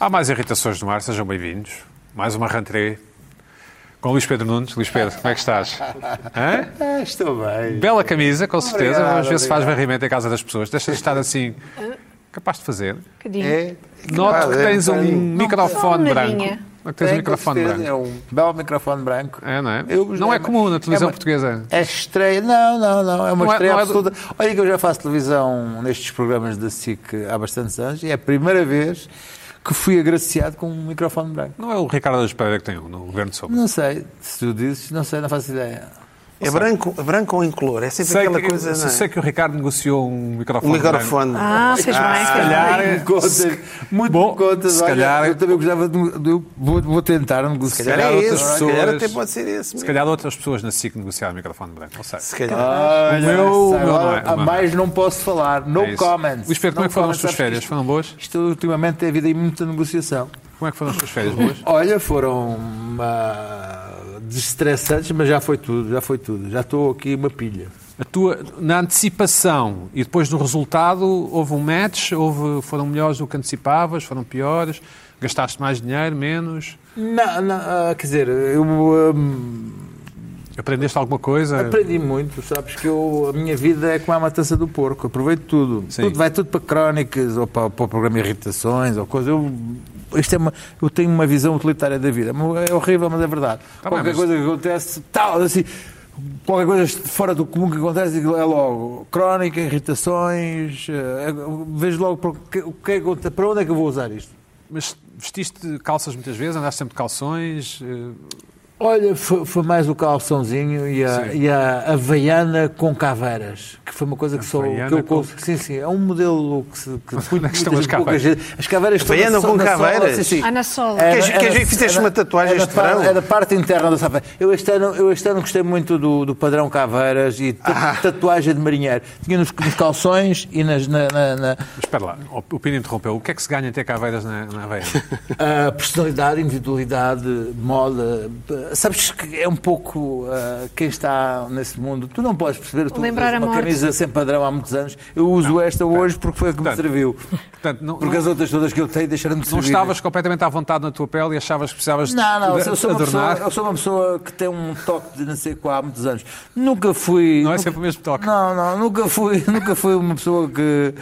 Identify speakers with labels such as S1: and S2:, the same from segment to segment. S1: Há mais irritações do mar, sejam bem-vindos. Mais uma rentrée com Luís Pedro Nunes. Luís Pedro, como é que estás? Hã?
S2: Ah, estou bem.
S1: Bela camisa, com certeza.
S2: Obrigado,
S1: Vamos ver se faz
S2: obrigado.
S1: varrimento em casa das pessoas. Deixa de estar assim. Capaz de fazer.
S3: Bocadinho.
S2: É,
S1: Noto que tens um microfone
S3: Só uma
S1: branco.
S3: nadinha.
S1: Noto que tens um microfone branco.
S2: É um belo microfone branco.
S1: É, não é?
S2: Eu-
S1: Não é comum na televisão
S2: é uma-
S1: portuguesa.
S2: É estreia. Não, não, não. É uma
S1: Não é-
S2: estreia
S1: não é do-
S2: absoluta. Olha que eu já faço televisão nestes programas da SIC há bastantes anos e é a primeira vez que fui agraciado com um microfone branco.
S1: Não é o Ricardo Alves Pereira que tem um no Governo de Sombra.
S2: Não sei, se tu dizes, não sei, não faço ideia.
S4: É branco, branco ou incolor? É sempre
S1: Sei
S4: aquela
S1: que,
S4: coisa. Não é?
S1: sei que é? o Ricardo negociou um microfone.
S4: Um microfone.
S3: Ah, fez bem, fez
S1: calhar-
S3: bem.
S1: é-
S2: Me contas, muito
S1: Bom,
S2: me contas.
S1: se
S2: Olha,
S1: calhar-
S2: eu também gostava de. de- eu vou, vou tentar um negociar.
S4: Se calhar é
S1: outras
S4: esse. Se calhar
S1: pessoas-
S4: até pode ser esse.
S1: Se
S4: mesmo.
S1: calhar outras pessoas na SIC negociaram o microfone branco. Não sei.
S4: Se calhar.
S2: Ah,
S1: O
S2: já
S1: meu-
S2: sei,
S1: o meu não é,
S2: agora,
S1: o meu
S2: a
S1: não é.
S2: mais não posso falar. No
S1: É isso.
S2: comments.
S1: Luís Pedro, como
S2: No
S1: é que foram as tuas
S2: comments, sabes que
S1: férias?
S2: isto-
S1: Foram boas?
S2: Isto ultimamente tem havido aí muita negociação.
S1: Como é que foram as tuas férias boas?
S2: Olha, foram uma... destressantes, mas já foi tudo, já foi tudo. Já estou aqui uma pilha.
S1: A tua, na antecipação e depois do resultado, houve um match? Houve, foram melhores do que antecipavas? Foram piores? Gastaste mais dinheiro? Menos?
S2: Não, não, ah, quer dizer, eu hum,
S1: Aprendeste alguma coisa?
S2: aprendi muito, sabes que eu, a minha vida é como a matança do porco, aproveito tudo.
S1: Sim.
S2: Tudo vai tudo para crónicas ou para, para o programa Irritações ou coisa. Eu, isto é uma, eu tenho uma visão utilitária da vida. É horrível, mas é verdade.
S1: Tá bem,
S2: qualquer
S1: mas-
S2: coisa que acontece, tal, assim, qualquer coisa fora do comum que acontece, é logo crónica, irritações. eh, vejo logo para, o que- o que é que- para onde é que eu vou usar isto.
S1: Mas vestiste calças muitas vezes? Andaste sempre de calções? Eh,
S2: Olha, foi, foi mais o calçãozinho e a,
S1: Sim.
S2: e a Havaiana com caveiras, que foi uma coisa que, só, que
S1: Havaiana
S2: eu
S1: com-
S2: consegui. Sim, sim, é um modelo que se. Que
S1: Onde é que estão as
S2: muita gente- pouca
S1: caveiras?
S2: gente- As caveiras estão
S4: Havaiana
S2: na-
S4: com
S2: na sola,
S4: caveiras?
S2: sim, sim.
S3: Ah, na sola.
S2: Era-
S4: Queres-
S2: era-
S4: queres ver que fizeste
S2: era-
S4: uma tatuagem
S2: era
S4: este
S2: par-
S4: verão?
S2: Era parte interna da sapatilha. Eu este ano, eu este ano gostei muito do, do padrão caveiras e ta-
S4: Ah.
S2: tatuagem de marinheiro. Tinha nos, nos calções e nas, na, na- na-
S1: espera lá, o o Pino interrompeu. O que é que se ganha em ter caveiras na, na veia?
S2: a personalidade, individualidade, moda. Sabes que é um pouco ah, quem está nesse mundo. Tu não podes perceber. Tu
S3: Lembrar
S2: usas
S3: a
S2: uma
S3: morte.
S2: camisa sem padrão há muitos anos. Eu uso esta hoje porque foi a que me
S1: Portanto,
S2: serviu.
S1: Portanto, não,
S2: Porque
S1: não-
S2: as outras todas que eu tenho deixaram de servir.
S1: não estavas completamente à vontade na tua pele e achavas que precisavas
S2: Não, não,
S1: de
S2: eu sou, uma
S1: adornar?
S2: pessoa, eu sou uma pessoa que tem um toque de não sei qual há muitos anos. Nunca fui.
S1: Não é
S2: nunca-
S1: sempre o mesmo toque.
S2: Não, não, nunca fui, nunca fui uma pessoa que.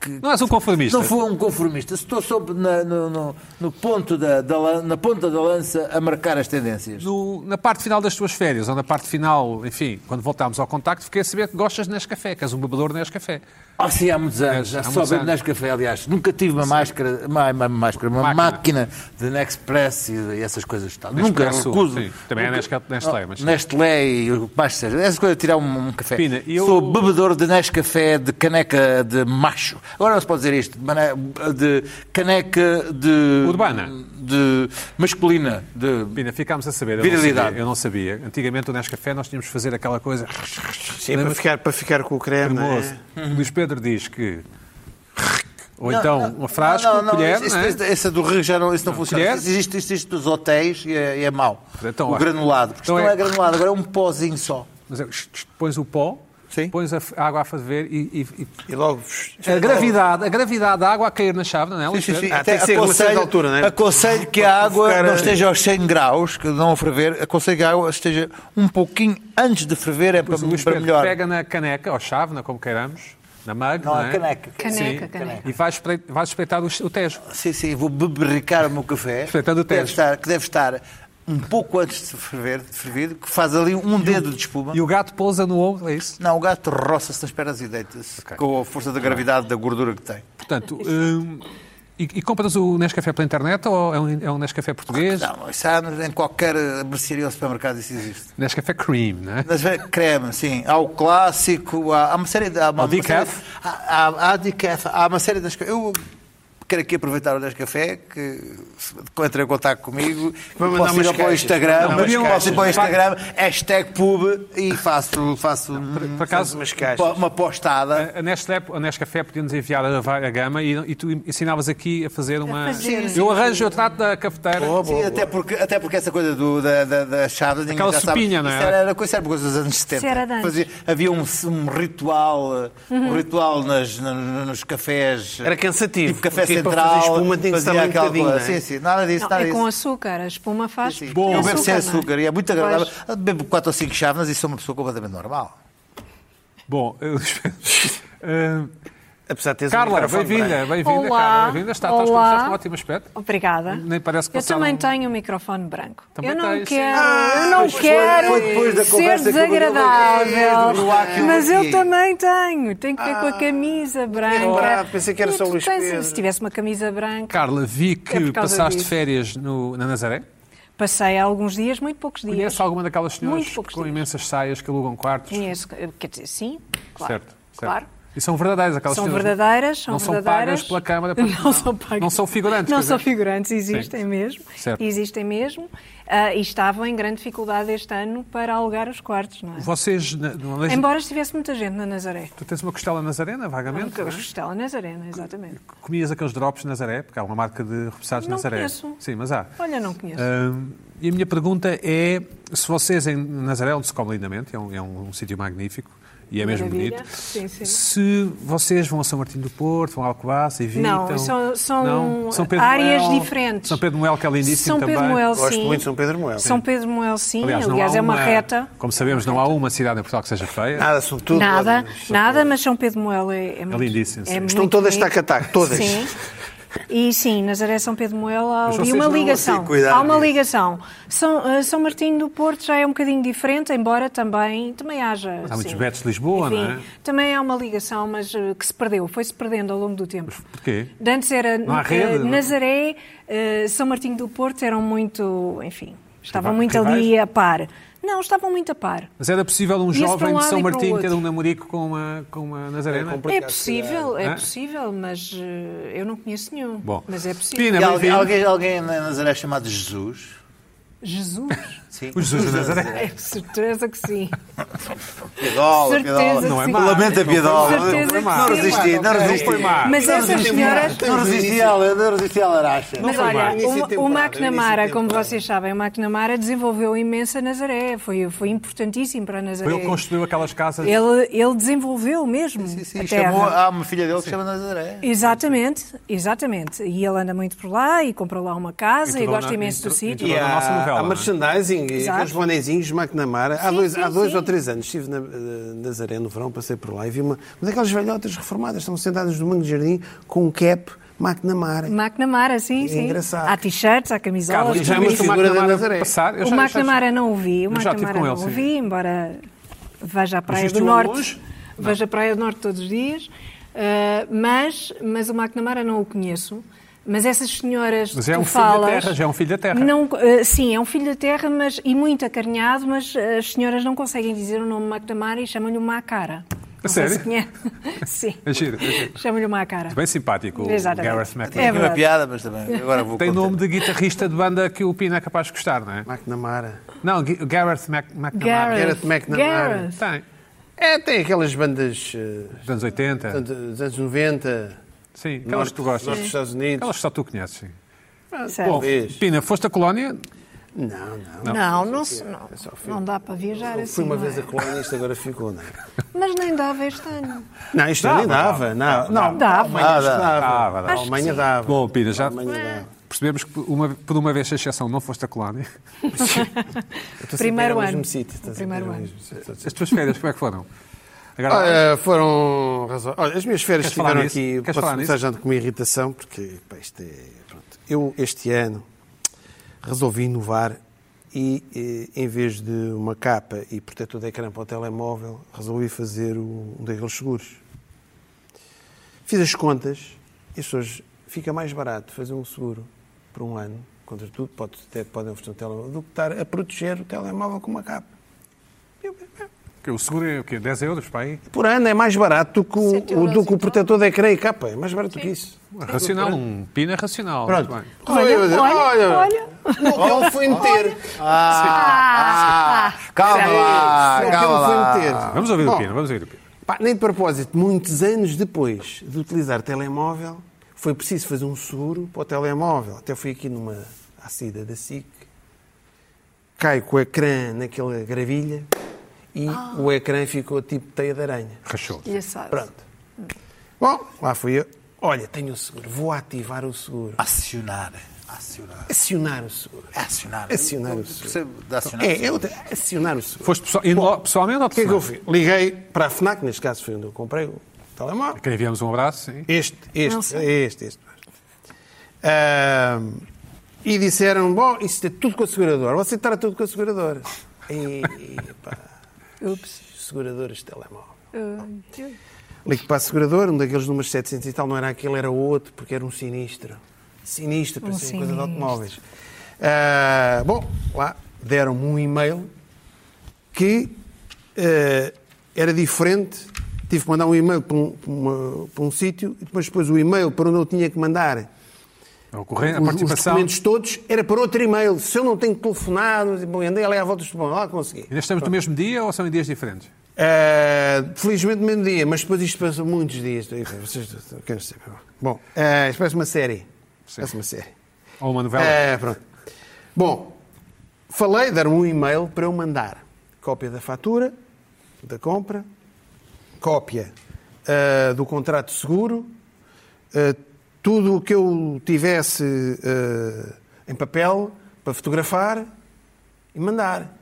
S2: que
S1: Não és um conformista?
S2: não fui um conformista. Estou sob na, no, no- no ponto da, da lan- na ponta da lança a marcar as tendências.
S1: No- na parte final das tuas férias, ou na parte final, enfim, quando voltámos ao contacto, fiquei a saber que gostas de Nescafé, que és um bebedor de Nescafé.
S2: Ah, sim, há muitos anos.
S1: É, há
S2: Já só
S1: muitos
S2: bebo
S1: anos.
S2: Nescafé, aliás. Nunca tive uma máscara, uma, uma máscara, uma
S1: Máquina.
S2: máquina, de Nespresso e de- e essas coisas. e Tal. Nunca
S1: Nespresso,
S2: recuso.
S1: sim. Também é
S2: Nunca- Ah, Oh,
S1: Nesca- Nestlé, mas sim.
S2: Nestlé e o que mais seja. Essas coisas, tirar um, um café.
S1: Pina, e eu-
S2: Sou bebedor de Nescafé de caneca de macho. Agora não se pode dizer isto. De, mané- de caneca de...
S1: Urbana.
S2: De masculina. De...
S1: Pina, ficámos a saber. eu não
S2: Virilidade.
S1: sabia, Eu não sabia. Antigamente, o Nescafé, nós tínhamos de fazer aquela coisa.
S4: Sim, para ficar, para ficar com o creme. não é?
S1: Cremoso. O Luís Pedro diz que. Ou
S2: Não,
S1: então,
S2: não,
S1: uma frasco,
S2: não, não,
S1: colher.
S2: isso-
S1: não é?
S2: isso- Essa do Rio já não, isso não, funciona.
S1: colher?
S2: Existe, existe, existe dos hotéis e é, e é mau.
S1: Então,
S2: o
S1: olha.
S2: granulado. Porque
S1: Então
S2: isto não
S1: é-
S2: é... granulado, agora é um pozinho só.
S1: Mas é, pões o pó,
S2: Sim.
S1: pões a f- a água a ferver e. e- e-
S4: E logo.
S1: a gravidade, a gravidade da água a cair na chave, não é? Luís Pedro?
S4: Ah, tem que ser a uma certa altura, não é?
S2: aconselho que a água
S4: Focar a-
S2: não esteja aos 100 graus, que não a ferver. Aconselho que a água esteja um pouquinho antes de ferver, é para,
S1: Pois o Luís
S2: para
S1: Pedro
S2: melhor.
S1: pega na caneca, ou chávena, como queiramos, na mug, não,
S2: Não,
S1: é?
S2: a caneca.
S3: Caneca,
S1: Sim.
S3: caneca.
S1: E vais, espre- vais espreitar o, o Tejo.
S2: Sim, sim, vou beberricar o meu café.
S1: Portanto, o
S2: que, deve
S1: teste.
S2: estar, que deve estar um pouco antes de ferver, de ferver que faz ali um dedo de espuma.
S1: E o gato pousa no ovo, é isso?
S2: Não, o gato roça-se nas pernas e deita-se
S1: Ok.
S2: com a força da gravidade da gordura que tem.
S1: Portanto, hum, e, e compras o Nescafé pela internet ou é um, é um Nescafé português?
S2: Não, isso há em qualquer mercearia ou supermercado isso existe.
S1: Nescafé Cream, não é?
S2: Mas é creme, sim. Há o clássico, há, há uma série de. Há uma,
S1: Há
S2: uma
S1: decaf?
S2: série- Há, há, há decaf, há uma série das. Eu quero aqui aproveitar o Nescafé, que se- entra em contato comigo.
S4: Vamos
S2: posso
S4: mandar
S2: ir
S4: umas
S2: para o
S4: caixas.
S2: Instagram,
S4: Não, umas
S2: posso ir para o
S4: caixas.
S2: Instagram, hashtag pub e faço, faço um-
S1: Por acaso,
S4: umas caixas.
S2: uma postada.
S1: a Nestlé, a Nescafé podia-nos enviar a, va- a gama e, e tu ensinavas aqui a fazer uma...
S3: A fazer.
S1: Eu arranjo, eu trato da cafeteira.
S2: Sim, até porque, até porque essa coisa do, da, da, da chave, ninguém
S1: Aquela
S2: já sabe.
S1: sopinha, não
S4: é?
S2: Isso
S1: era?
S2: era, coisa, era coisa dos anos 70.
S3: Isso era de antes. Uhum.
S2: Fazia- havia um, um ritual, eh, um ritual nas, na- nos cafés. eh,
S4: Era cansativo.
S2: Tipo café
S4: Porque e para
S2: central,
S4: fazer espuma tem que se
S2: fazia
S4: também um
S2: aquela
S4: bocadinho,
S2: coisa.
S4: não é?
S2: Sim, sim, nada disso,
S3: Não,
S2: nada
S3: é
S2: disso.
S3: com açúcar, a espuma faz.
S2: Sim.
S3: Bom,
S2: eu bebo sem
S3: não é?
S2: açúcar e é muito agradável.
S3: Pois.
S2: Bebo 4 ou 5 chávenas e sou uma pessoa completamente normal.
S1: Bom, eu... Eh,
S4: Apesar de teres um
S1: Carla,
S4: microfone
S1: bem-vinda,
S2: é?
S4: branco.
S1: bem-vinda,
S3: Olá.
S1: Carla, bem-vinda. Está, estás com
S3: Olá.
S1: estás com um ótimo aspecto.
S3: Obrigada.
S1: Nem parece que
S3: eu
S1: passaram-
S3: também tenho um microfone branco.
S1: Também
S3: eu não
S1: tens.
S3: quero,
S4: Ah,
S3: eu não
S4: pois foi-
S3: quero
S2: foi depois da
S3: ser
S2: conversa que eu mandei uma vez, do
S3: desagradável.
S2: Luar que eu
S3: Mas eu
S2: ouvi.
S3: também tenho. Tenho que ver com a camisa branca.
S4: lembrado, pensei que era
S3: E
S4: só
S3: tu
S4: Luís
S3: tens-
S4: Pedro.
S3: Se tivesse uma camisa branca,
S1: Carla, vi
S3: É
S1: que
S3: por causa
S1: passaste
S3: disso.
S1: férias no- na Nazaré.
S3: passei há alguns dias, muito poucos dias.
S1: Conhece alguma daquelas senhoras
S3: Muito poucos
S1: com
S3: dias.
S1: imensas saias que alugam quartos?
S3: Conheço, quer dizer, sim, claro.
S1: Certo, certo.
S3: Claro.
S1: E são verdadeiras aquelas
S3: São
S1: senhoras.
S3: verdadeiras, são
S1: não são pagas
S3: verdadeiras.
S1: pela Câmara. para-
S3: Não são pagas.
S1: Não são figurantes.
S3: Não
S1: quer
S3: são
S1: dizer.
S3: figurantes, existem mesmo.
S1: Certo.
S3: Existem mesmo. Ah, e estavam em grande dificuldade este ano para alugar os quartos, não é?
S1: Vocês, na- não é-
S3: Embora estivesse muita gente na Nazaré.
S1: tu tens uma costela nazarena, vagamente, não é? Ah,
S3: Costela Nazarena, exatamente.
S1: Comias aqueles drops Nazaré, porque há uma marca de repousados
S3: Não
S1: Nazaré.
S3: conheço.
S1: Sim, mas há.
S3: Olha, não conheço.
S1: Ahm, e a minha pergunta é se vocês em Nazaré, onde se come lindamente, é um, é um sítio magnífico e é mesmo
S3: Maravilha.
S1: bonito,
S3: Sim, sim.
S1: se vocês vão a São Martinho do Porto, vão a Alcobaça e Vitam...
S3: Não, são- são
S1: então. Pedro
S3: áreas
S1: Moel-
S3: diferentes.
S1: São Pedro Moel, que é lindíssimo
S3: São
S1: também.
S3: Pedro Moel,
S4: Gosto
S3: sim.
S4: muito de São Pedro Moel.
S3: São Pedro Moel, sim. Aliás,
S1: não há
S3: é uma reta.
S1: Como sabemos, não há uma cidade em Portugal que seja feia.
S4: Nada, sobretudo.
S3: Nada,
S4: olha, são
S3: nada, mas São Pedro Moel é, é, muito-
S1: lindíssimo, sim.
S3: muito
S4: Estão todas
S3: bonito.
S4: tac-a-tac, todas.
S3: Sim. E sim, Nazaré São Pedro Moel há
S1: Mas
S3: ali
S1: vocês
S3: uma
S1: não- assim
S3: ligação.
S2: Sim, cuidado
S3: há uma
S2: nisso.
S3: ligação. São, eh, São Martinho do Porto já é um bocadinho diferente, embora também, também haja.
S1: há muitos
S3: sim.
S1: betos de Lisboa,
S3: Enfim,
S1: não é?
S3: Também há uma ligação, mas eh, que se perdeu, foi-se perdendo ao longo do tempo.
S1: Porquê?
S3: De Antes era
S1: Não há
S3: eh,
S1: rede, não é?
S3: Nazaré, eh, São Martinho do Porto eram muito, enfim, estavam
S1: Riva-
S3: muito ali a par. Não, estavam muito a par.
S1: Mas era possível um
S3: Ia-se para
S1: jovem
S3: um
S1: de
S3: lado
S1: São
S3: e para o
S1: Martinho ter
S3: outro.
S1: um namorico com uma, com uma Nazarena?
S3: É possível, é
S1: Hã?
S3: possível, mas eh, eu não conheço nenhum.
S1: Bom.
S3: Mas é possível.
S1: Pina,
S2: E alguém,
S1: bem-vindo.
S2: alguém, alguém na Nazaré chamado Jesus.
S3: Jesus,
S2: Sim.
S1: O Jesus de Nazaré.
S3: é certeza que sim.
S2: Piadola,
S3: Certeza
S2: Piadola.
S3: que
S1: Não é
S3: sim.
S1: má.
S2: Lamento a Piadola.
S3: Certeza que
S2: Não
S3: sim.
S2: resisti, não
S1: Não
S2: resisti.
S1: foi má.
S3: Mas essas senhoras.
S2: Não resisti a ela, não resisti a ela, Aracha.
S3: Mas
S1: foi má.
S3: olha,
S4: Início de
S3: o- o,
S4: temporada, início
S3: McNamara,
S4: de
S3: como
S4: temporada.
S3: vocês sabem, o McNamara desenvolveu imensa Nazaré. Foi, foi importantíssimo para a
S4: É.
S3: Nazaré.
S1: Ele construiu aquelas casas.
S3: Ele, ele desenvolveu mesmo
S2: Sim,
S3: a
S2: sim,
S3: terra.
S2: chamou, há uma filha dele que chama Nazaré.
S3: Exatamente, exatamente. E ele anda muito por lá e comprou lá uma casa
S1: E
S3: e,
S1: tudo
S3: gosta
S1: na-
S3: imenso
S1: e
S3: do
S1: tu-
S3: sítio.
S1: e
S4: E
S1: Toda a nossa
S4: há,
S1: novela,
S4: há
S1: não é?
S4: merchandising, e
S3: Exato.
S4: aqueles bonezinhos de McNamara. Há
S3: Sim,
S4: dois, há
S3: sim,
S4: dois
S3: sim.
S4: ou três anos estive na eh, Nazaré no verão, passei por lá e vi uma, uma daquelas velhotas reformadas, estão sentadas no Mango de Jardim com um cap McNamara.
S3: McNamara, sim,
S4: É
S3: sim.
S4: engraçado.
S3: Há t-shirts, há
S1: Carla,
S3: camisolas.
S1: e já é
S3: tudo
S4: vi
S1: viste
S3: isso.
S1: o
S4: figura da
S1: McNamara
S4: Nazaré.
S1: passar? Ah, Eu
S3: O
S1: já- eu já-
S3: McNamara não o vi, o
S1: Eu já estive
S3: McNamara
S1: com
S3: não
S1: ele,
S3: o
S1: sim.
S3: vi, embora veja à Praia
S1: viste
S3: do
S1: o
S3: Norte.
S1: longe?
S3: Veja a Praia do Norte todos os dias. Ah, mas, mas o McNamara não o conheço. Mas essas senhoras
S1: Mas
S3: que
S1: é
S3: tu
S1: um filho da
S3: falas,
S1: terra, já é um filho da terra.
S3: Não, ah, sim, é um filho da terra mas, e muito acarinhado, mas as senhoras não conseguem dizer o nome McNamara e chamam-lhe uma cara.
S1: A
S3: Não sei
S1: sério?
S3: se conhece. sim.
S1: É giro, é giro.
S3: Chamam-lhe uma cara.
S1: Bem simpático, o
S3: Exatamente.
S1: Gareth
S3: É
S1: McNamara.
S2: Tinha uma
S3: verdade.
S2: piada, mas também agora vou
S1: Tem
S2: contar.
S1: nome de guitarrista de banda que o Pina é capaz de gostar, não é?
S4: McNamara.
S1: Não, G- Gareth Mac- McNamara.
S3: Gareth.
S4: Gareth McNamara.
S3: Gareth.
S1: Tem.
S4: É, tem aquelas bandas eh,
S1: Dos anos 80.
S4: dos anos 90,
S1: Sim, É. aquelas
S4: norte,
S1: que tu gostas.
S4: norte dos Estados Unidos.
S1: Aquelas que só tu conheces, sim.
S4: Ah, É
S3: Certo.
S1: Bom,
S4: Talvez.
S1: Pina, foste à Colónia?
S4: Não, não.
S3: Não, não, se- não,
S4: só filme.
S3: não dá para viajar assim.
S4: Fui uma
S3: não
S4: vez
S3: é?
S4: a colónia, isto agora ficou, não é?
S3: Mas nem dava este ano.
S4: Não, isto nem dava. Não, não.
S3: Dava.
S4: Amanhã isto
S2: Ah, dá.
S1: Dava,
S4: dava.
S1: dava.
S4: A Alemanha dava.
S1: Bom, Pina,
S4: A
S1: já
S4: Alemanha dava.
S1: percebemos que uma- por uma vez, sem exceção, não foste à Colónia.
S4: Estou sempre
S3: Primeiro
S4: no
S3: ano.
S4: mesmo sítio, estou
S3: O
S4: sempre
S3: primeiro
S4: no
S3: ano.
S4: mesmo sítio, estou sempre-
S1: As tuas férias, como é que foram? Agora,
S4: Olha, Ah, é, foram razo- Olha, as minhas férias
S1: Queres falar
S4: estiveram
S1: nisso?
S4: aqui.
S1: Queres
S4: posso
S1: falar
S4: começar
S1: nisso?
S4: já com uma irritação, porque pá, isto é. Pronto. Eu, este ano, resolvi inovar e, eh, em vez de uma capa e protetor de ecrã para o telemóvel, resolvi fazer o- um daqueles seguros. Fiz as contas e as pessoas. Fica mais barato fazer um seguro por um ano, contra tudo, pode, até podem oferecer um telemóvel, do que estar a proteger o telemóvel com uma capa. Eu,
S1: que o seguro é o quê? 10 euros para aí?
S4: por ano é mais barato do que
S3: Sete
S4: o, o-
S3: euros
S4: do que
S3: e tal.
S4: o protetor de ecrã e capa. É mais barato do que isso.
S1: Racional, um Pina racional.
S4: Pronto.
S1: Muito bem.
S3: Olha,
S4: Resolvi fazer-
S3: olha, olha.
S4: No que ele foi meter.
S2: Ah, ah, calma
S4: No que
S2: lá,
S4: ele
S2: calma
S4: foi
S2: lá.
S4: meter.
S1: Vamos ouvir
S4: Bom,
S1: o Pina, vamos ouvir o Pina.
S4: pá, nem de propósito, muitos anos depois de utilizar telemóvel, foi preciso fazer um seguro para o telemóvel. Até fui aqui numa à saída da SIC, caio com o ecrã naquela gravilha e
S3: Ah.
S4: o ecrã ficou tipo teia de aranha.
S1: Rachou.
S3: Lhe sabe.
S4: Pronto. Bom, lá fui eu. Olha, tenho o seguro, vou ativar o seguro.
S2: Acionar. Acionar.
S4: Acionar o seguro.
S2: Acionar.
S4: Acionar o seguro.
S2: Percebo de acionar.
S4: É, eu te- acionar o seguro.
S1: Foste pessoal- indo lá pessoalmente ou
S4: O que é que eu fiz? Liguei para a FNAC, neste caso foi onde eu comprei o telemóvel.
S1: Quem enviamos um abraço, sim.
S4: Este,
S3: Não
S4: este,
S3: sei.
S4: este, este. Ahm, e disseram, bom, isso é tudo com a seguradora. Você trata tudo com a seguradora. E, pá, ups, seguradoras de telemóvel. Ligo para a seguradora, um daqueles números 700 e tal, não era aquele, era outro, porque era um sinistro. Sinistro,
S3: Um
S4: parecia uma coisa de
S3: sinistro.
S4: automóveis. Ah, bom, lá deram-me um e-mail que eh, era diferente. Tive que mandar um e-mail para um, para uma- para um sítio e depois, depois o e-mail para onde eu tinha que mandar
S1: A, ocorrência, É a
S4: os, os
S1: participação.
S4: documentos todos era para outro e-mail. Se eu não tenho telefonado, bom, andei ali à volta dos telefones, lá consegui.
S1: Ainda estamos no mesmo dia ou são em dias diferentes?
S4: Uh, felizmente no mesmo dia, mas depois isto passou muitos dias. Vocês querem saber. Bom, uh, isto parece uma série. Parece uma série.
S1: Ou uma novela?
S4: Uh, pronto. Bom, falei, deram um e-mail para eu mandar cópia da fatura, da compra, cópia uh, do contrato de seguro, uh, tudo o que eu tivesse uh, em papel para fotografar, e mandar.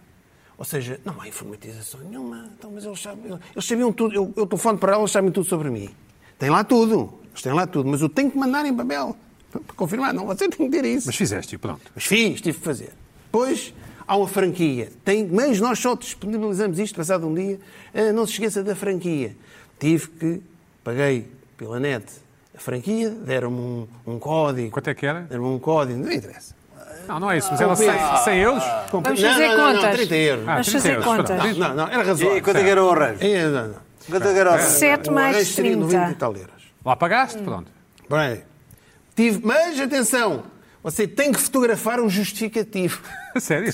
S4: Ou seja, não há informatização nenhuma. Então, mas eles, sabem, eles sabiam tudo. Eu, eu telefono para elas, eles sabem tudo sobre mim. Tem lá tudo. Eles têm lá tudo. Mas eu tenho que mandar em papel para, para confirmar. Não, você tem que ter isso.
S1: Mas
S4: Mas,
S1: fizeste-o, pronto.
S4: fiz, tive que fazer. Depois, há uma franquia. Tem, mas nós só disponibilizamos isto passado um dia. Ah, não se esqueça da franquia. Tive que, paguei pela net a franquia, deram-me um, um código.
S1: Quanto é que era?
S4: Deram-me um código, não interessa.
S1: Não, não é isso, mas era 100, 100 euros?
S3: Vamos
S4: Não,
S3: fazer
S4: não, não, não,
S3: contas.
S4: 30 euros.
S1: Ah,
S3: Vamos
S1: 30
S3: fazer
S1: euros,
S3: contas.
S1: pronto.
S4: Não, não, era razoável.
S2: E quanto é que era o arranjo?
S4: É, não, não.
S2: Quanto é que era o arranjo?
S3: Sete
S4: O arranjo
S3: mais
S4: seria 90 e
S3: 30.
S4: tal euros.
S1: Lá pagaste, pronto.
S4: Bem, tive, mas atenção, você tem que fotografar um justificativo.
S1: Sério?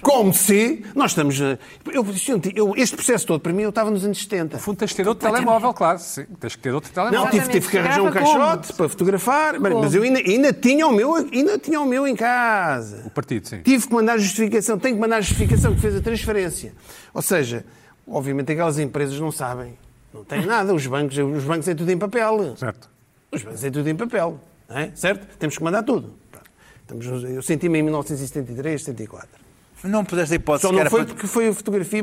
S4: Como se nós estamos. eh, Eu, gente, eu- este processo todo, para mim, eu estava nos anos 70.
S1: No fundo, tens que ter outro telemóvel, claro. Sim, tens que ter outro telemóvel.
S4: Não, tive,
S3: Exatamente.
S4: tive que arranjar um
S3: Fotografava como?
S4: caixote para fotografar, mas- mas eu ainda, ainda, tinha o meu, ainda tinha o meu em casa.
S1: O Tipo partido, sim.
S4: Tive que mandar justificação, tenho que mandar justificação que fez a transferência. Ou seja, obviamente aquelas empresas não sabem, não têm nada, os bancos, os bancos é tudo em papel.
S1: Certo.
S4: Os bancos é tudo em papel, não é? certo? Temos que mandar tudo. Pronto. Estamos, nos- eu senti-me em 1973, 74.
S2: Não puseste a hipótese
S4: Só
S2: que
S4: não
S2: era
S4: foi
S2: para...
S4: porque foi a fotografia,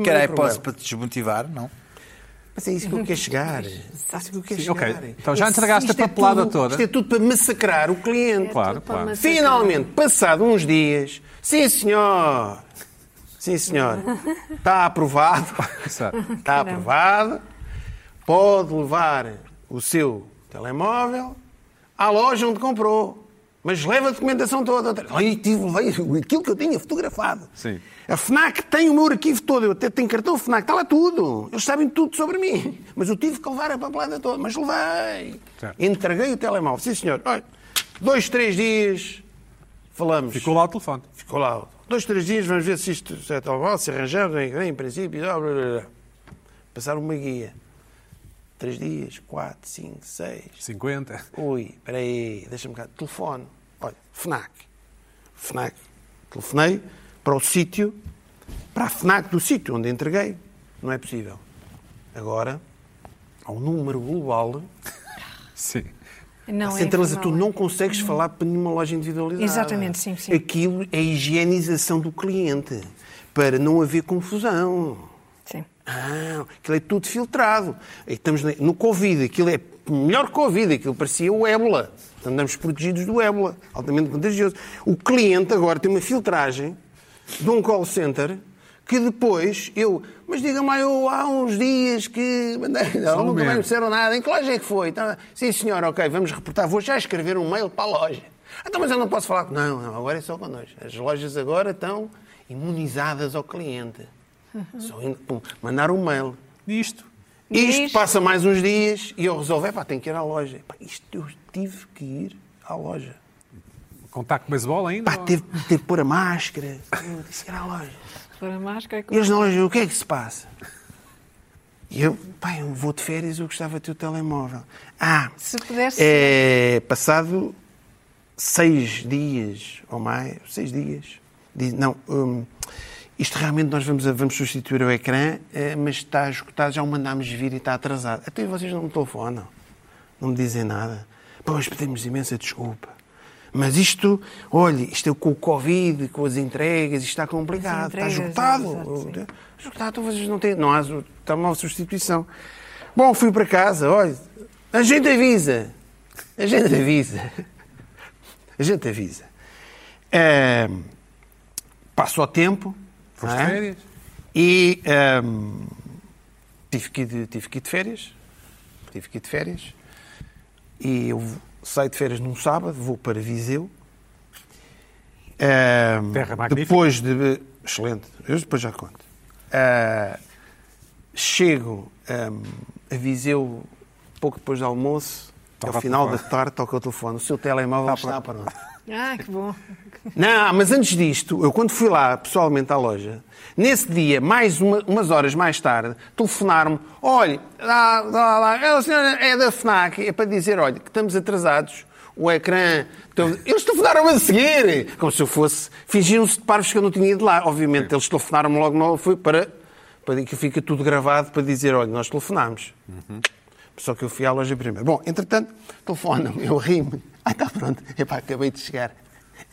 S2: Que
S4: mas
S2: era a
S4: não é
S2: hipótese para
S4: problema.
S2: te desmotivar, não?
S4: Mas é isso que eu quero chegar. É isso que eu quero
S1: Sim, ok.
S4: chegar.
S1: Então já
S4: Isto-
S1: entregaste a
S4: isto é
S1: papelada
S4: tudo-
S1: toda.
S4: Isto é tudo para massacrar o cliente.
S1: Claro,
S3: É Tudo para
S1: claro.
S3: massacrar.
S4: Finalmente, passado uns dias, sim senhor, sim senhor, está aprovado,
S1: Certo.
S4: está aprovado, pode levar o seu telemóvel à loja onde comprou, mas leva a documentação toda. Ai, tive, levei aquilo que eu tinha fotografado.
S1: Sim.
S4: A FNAC tem o meu arquivo todo, eu até tenho cartão FNAC, está lá tudo. Eles sabem tudo sobre mim. Mas eu tive que levar a papelada toda, mas levei.
S1: Certo.
S4: Entreguei o telemóvel. Sim, senhor. Olha, dois, três dias falamos.
S1: Ficou lá o telefone.
S4: Ficou lá. Dois, três dias, vamos ver se isto se é telemóvel, se arranjamos, em, em princípio. Blá, blá, blá, blá. Passaram uma guia. Três dias, quatro, cinco, seis,
S1: 50.
S4: Ui, peraí, deixa-me cá. Telefone. Olha, FNAC. FNAC. Telefonei para o sítio, para a FNAC do sítio onde entreguei. Não é possível. Agora, há um número global.
S1: Sim.
S3: Não, é
S4: Ah, centraliza
S3: infernal.
S4: tu não consegues falar para nenhuma loja individualizada.
S3: Exatamente, sim, sim.
S4: Aquilo é a higienização do cliente, para não haver confusão.
S3: Sim.
S4: Ah, aquilo é tudo filtrado. E estamos ne- no Covid, aquilo é melhor Covid, aquilo parecia o ébola. Andamos protegidos do ébola, altamente contagioso. O cliente agora tem uma filtragem de um call center que depois eu. Mas diga-me, lá, eu há uns dias que. mandei- Não, nunca
S1: momento.
S4: mais me disseram nada. Em que loja é que foi? Então, Sim, senhor, ok, vamos reportar. Vou já escrever um mail para a loja. "Ah, Então, mas eu não posso falar. com-" Não, não, agora é só connosco. As lojas agora estão imunizadas ao cliente. Só indo, pum, mandar um mail.
S1: Nisto.
S4: Isto
S3: Isto.
S4: passa mais uns dias e eu resolvo, "Epá, tenho que ir à loja. Epá, isto eu tive que ir à loja.
S1: Contacto de beisebol ainda?
S4: Pá,
S1: ou-
S4: teve, teve que pôr a máscara. Eu disse que ir à loja.
S3: Pôr a máscara com-
S4: E eles na loja, o que é que se passa? E eu, pá, eu vou de férias, eu gostava de ter o telemóvel. Ah,
S3: Se pudesse-
S4: É, passado seis dias ou mais, seis dias, diz, não, hum, isto realmente nós vamos, vamos substituir o ecrã, eh, mas está esgotado, já o mandámos vir e está atrasado. Até vocês não me telefonam. não me dizem nada. Pois, pedimos imensa desculpa. Mas isto, olhe, isto é com o Covid, com as entregas, isto está complicado,
S3: As
S4: está
S3: entregas,
S4: esgotado.
S3: exato,
S4: Esgotado, então vocês não têm. Não há. Está uma substituição. Bom, fui para casa, olha. A gente avisa. A gente avisa. A gente avisa. Eh, Passa o tempo.
S1: Foste
S4: não é?
S1: férias?
S4: E ehm, tive, que ir de, tive que ir de férias. Tive que ir de férias. E eu saio de férias num sábado, vou para Viseu. Ehm,
S5: Terra magnífica.
S4: Depois de. Excelente, eu depois já conto. Ah, chego ehm, a Viseu pouco depois do almoço.
S1: Toca
S4: ao
S1: o
S4: final da
S1: telefone. Tá
S4: tarde toca o telefone. O seu telemóvel está para onde?
S3: Ah, que bom.
S4: Não, mas antes disto, eu quando fui lá pessoalmente à loja, nesse dia, mais uma- umas horas mais tarde, telefonaram-me: olha, lá, lá, lá, é a senhora é da FNAC, é para dizer: olha, que estamos atrasados, o ecrã. então, Eles telefonaram-me a seguir, como se eu fosse. Fingiram-se de parvos que eu não tinha ido lá. Obviamente, eles telefonaram-me logo, não fui para. para que fica tudo gravado para dizer: olha, nós telefonámos. Só que eu fui à loja primeiro. Bom, entretanto, telefonam-me, eu rimo. Ah, está pronto. Epá, acabei de chegar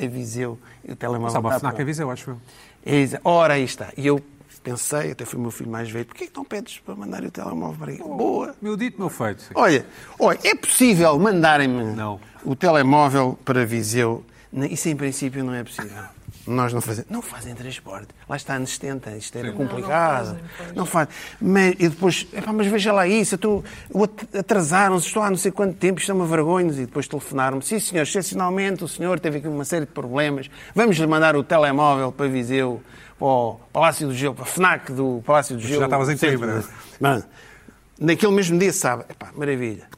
S4: a Viseu e o telemóvel
S1: Sabe,
S4: está
S1: a FNAC
S4: pronto.
S1: avisa, eu acho eu.
S4: É, exa- Ora, aí está. E eu pensei, até foi o meu filho mais velho, porquê que não pedes para mandar o telemóvel para aqui? Boa.
S1: Meu dito, meu feito.
S4: Olha, olha, é possível mandarem-me
S1: Não.
S4: o telemóvel para Viseu? N- Isso em princípio não é possível. Nós não fazemos. Não fazem transporte. Lá está anos 70, isto era complicado. Não, faz. Mas, e depois, epá, mas veja lá isso, eu estou- eu at- atrasaram-se, estou há não sei quanto tempo, isto é uma vergonha. E depois telefonaram-me, sim senhor, excepcionalmente o senhor teve aqui uma série de problemas, vamos lhe mandar o telemóvel para Viseu, para o Palácio do Gelo, para a FNAC do Palácio do Gelo.
S1: já estavas em
S4: Centro,
S1: Coimbra.
S4: né? Mano, naquele mesmo dia, sabe? Epá, maravilha.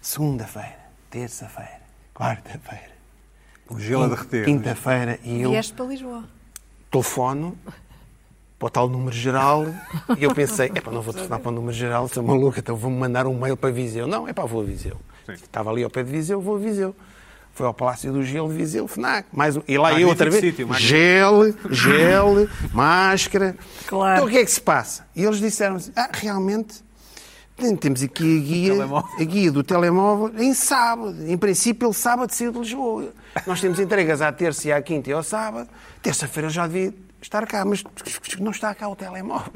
S4: Segunda-feira, terça-feira, quarta-feira, Oh,
S1: O gelo a derreter.
S4: quinta-feira e eu
S3: Vieste para Lisboa.
S4: telefono para o tal número geral e eu pensei, epá, não vou telefonar para o número geral, sou maluco, então vou-me mandar um mail para Viseu. Não, epá, vou a Viseu.
S1: Sim.
S4: Estava ali ao pé de Viseu, vou a Viseu. Foi ao Palácio do Gelo, Viseu, FNAC. Mais um, e lá
S1: Magnífico
S4: eu outra vez,
S1: sítio, magnífico.
S4: gel, gel, máscara.
S3: Claro.
S4: Então o que é que se passa? E eles disseram assim, ah, realmente, tem- temos aqui a guia,
S1: Telemóvel.
S4: a guia do telemóvel em sábado. Em princípio, ele sábado saiu de Lisboa. Nós temos entregas à terça e à quinta e ao sábado. Terça-feira ele já devia estar cá, mas não está cá o telemóvel.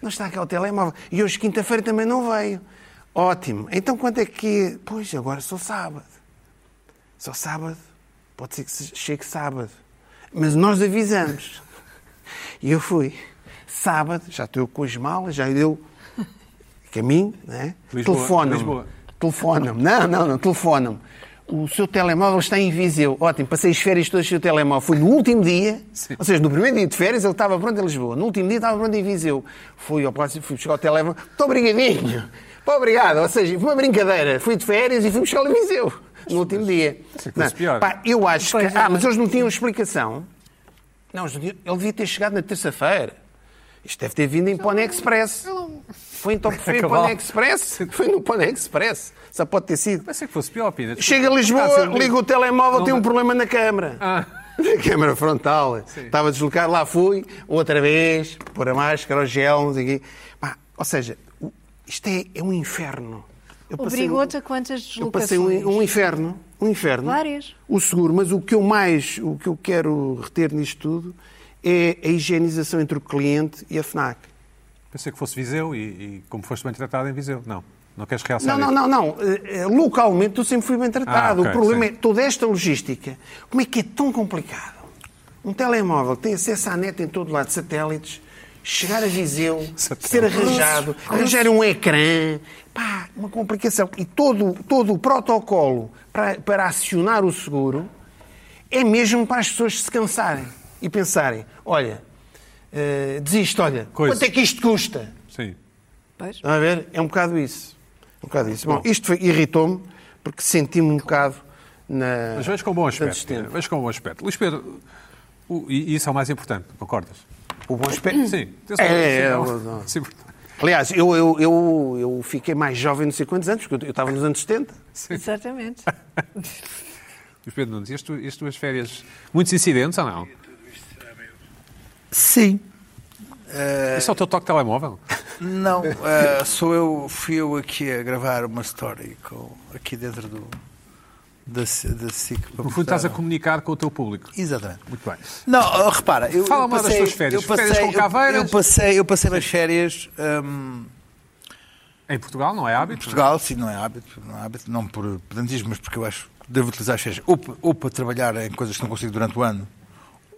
S4: Não está cá o telemóvel. E hoje, quinta-feira, também não veio. Ótimo. Então, quanto é que... Pois, agora só sábado. Só sábado. Pode ser que se- chegue sábado. Mas nós avisamos. E eu fui. Sábado, já estou com as malas, já deu caminho, né?
S1: Lisboa,
S4: Telefonam-me.
S1: Lisboa.
S4: Telefonam-me. Não, não, não, telefonam-me. O seu telemóvel está em Viseu. Ótimo, passei as férias todas sem o telemóvel. Foi no último dia, ou seja, no primeiro dia de férias ele estava pronto em Lisboa. No último dia estava pronto em Viseu. Fui ao palácio, fui buscar o telemóvel. Muito obrigadinho. Pô, obrigado. Ou seja, foi uma brincadeira. Fui de férias e fui buscar o Viseu. No último dia.
S1: é coisa
S4: Não,
S1: pior.
S4: pá, eu acho que...
S3: Pois é.
S4: Ah, mas eles não tinham explicação. Não, eles não tinham- ele devia ter chegado na terça-feira. Isto deve ter vindo em Pone Express. Foi em Top foi em
S1: Acabou.
S4: Pone Express? Foi no Pone Express. Só pode ter sido.
S1: Pensei que fosse pior, Pina. Tá,
S4: Chega a
S1: Está a
S4: Lisboa,
S1: ser-
S4: liga o telemóvel,
S1: um Não
S4: tem um
S1: dá-
S4: problema na câmara.
S1: Ah.
S4: Na câmara frontal. Estava deslocado, lá fui, outra vez, pôr a máscara, o gel, não sei o quê. Pá, ou seja, o- isto é, é um inferno. Eu passei um-
S3: Obrigou-te a quantas
S4: eu
S3: deslocações?
S4: passei um, um inferno, um inferno.
S3: Várias.
S4: O seguro, mas o que eu mais, o que eu quero reter nisto tudo é a higienização entre o cliente e a FNAC.
S1: Pensei que fosse Viseu e, e como foste bem tratado em Viseu. Não, não queres realçar
S4: Não, não,
S1: isso?
S4: não, não. Eh, eh, Localmente eu sempre fui bem
S1: Ah,
S4: tratado.
S1: ok,
S4: o problema
S1: sim.
S4: é toda esta logística. Como é que é tão complicado? Um telemóvel que tem acesso à net em todo lado, satélites, chegar a Viseu, ser arranjado, arranjar um ecrã, pá, uma complicação. E todo, todo o protocolo para, para acionar o seguro é mesmo para as pessoas se cansarem e pensarem, olha, eh, desisto, olha,
S1: Coisa.
S4: quanto é que isto custa?
S1: Sim.
S3: Pois.
S4: Estão a ver? É um bocado isso. Um bocado isso. Bom, isto foi- irritou-me porque senti-me um bocado na.
S1: Mas vejo com bom
S4: na
S1: aspecto.
S4: desistente.
S1: Pina, Vejo com bom aspecto. Luís Pedro, o- e isso é o mais importante, concordas?
S4: O bom aspecto.
S1: Sim.
S4: É, é,
S1: Sim,
S4: é,
S1: o-
S4: não.
S1: sim, portanto.
S4: Aliás, eu, eu, eu, eu fiquei mais jovem não sei quantos anos, porque eu- eu estava nos anos 70.
S3: Exatamente.
S1: Luís Pedro Nunes, e as tu- e as tuas férias, muitos incidentes ou não?
S2: Sim.
S1: Isso é o teu toque de telemóvel?
S2: Não, eh, sou eu, fui eu aqui a gravar uma story com, aqui dentro do, da, C- da SIC. para
S1: No fundo, estás a
S2: mostrar.
S1: comunicar com o teu público.
S2: Exatamente.
S1: Muito bem.
S2: Não, ah, repara, eu,
S1: Fala
S2: eu
S1: mal das
S2: passei,
S1: tuas férias.
S2: Eu passei,
S1: Férias com
S2: eu-
S1: caveiras?
S2: Eu, passei, eu passei nas férias hum,
S1: Em Portugal não é
S2: em
S1: hábito?
S2: Portugal, sim, não é hábito, não é hábito, não por pedantismo, mas porque eu acho que devo utilizar as férias ou, pa- ou para trabalhar em coisas que não consigo durante o ano,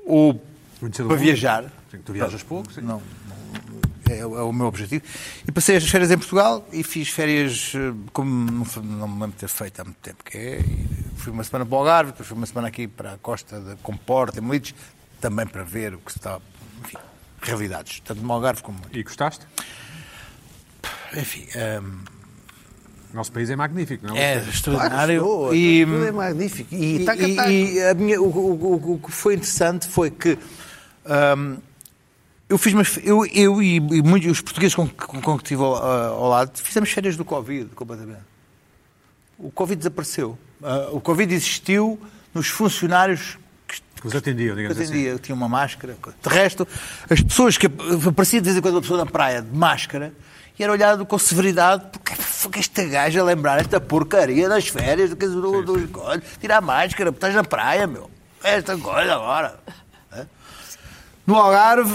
S2: ou
S1: Conhecer o
S2: para
S1: mundo.
S2: viajar.
S1: Sim, tu viajas pouco, sim.
S2: Não, não, é, é o meu objetivo. E passei as férias em Portugal e fiz férias eh, como não, fa- não me lembro de ter feito há muito tempo, que é. e Fui uma semana para o Algarve, depois fui uma semana aqui para a costa de Comporta, em Melides, também para ver o que se está. Enfim, realidades, tanto no Algarve como.
S1: E gostaste?
S2: Enfim, ehm,
S1: O nosso país é magnífico, não é?
S2: é
S4: Claro,
S2: extraordinário.
S4: estou,
S2: e,
S4: tudo é magnífico. E,
S2: e-
S4: taca,
S2: e-
S4: taca.
S2: e a minha, o, o- o- o que foi interessante foi que hum, eu fiz umas, eu, eu e, e muitos os portugueses com, que- com que estive ao, ao lado fizemos férias do Covid completamente. O Covid desapareceu. Ah, o Covid existiu nos funcionários que
S1: Que os atendiam, digamos
S2: eu
S1: assim.
S2: atendia, eu tinha uma máscara. De resto, as pessoas que aparecia de vez em quando uma pessoa na praia de máscara e era olhada com severidade, porque que esta gaja a lembrar esta porcaria das férias, do que do, do, olha, tira a máscara, porque estás na praia, meu. Esta coisa agora. né? No Algarve,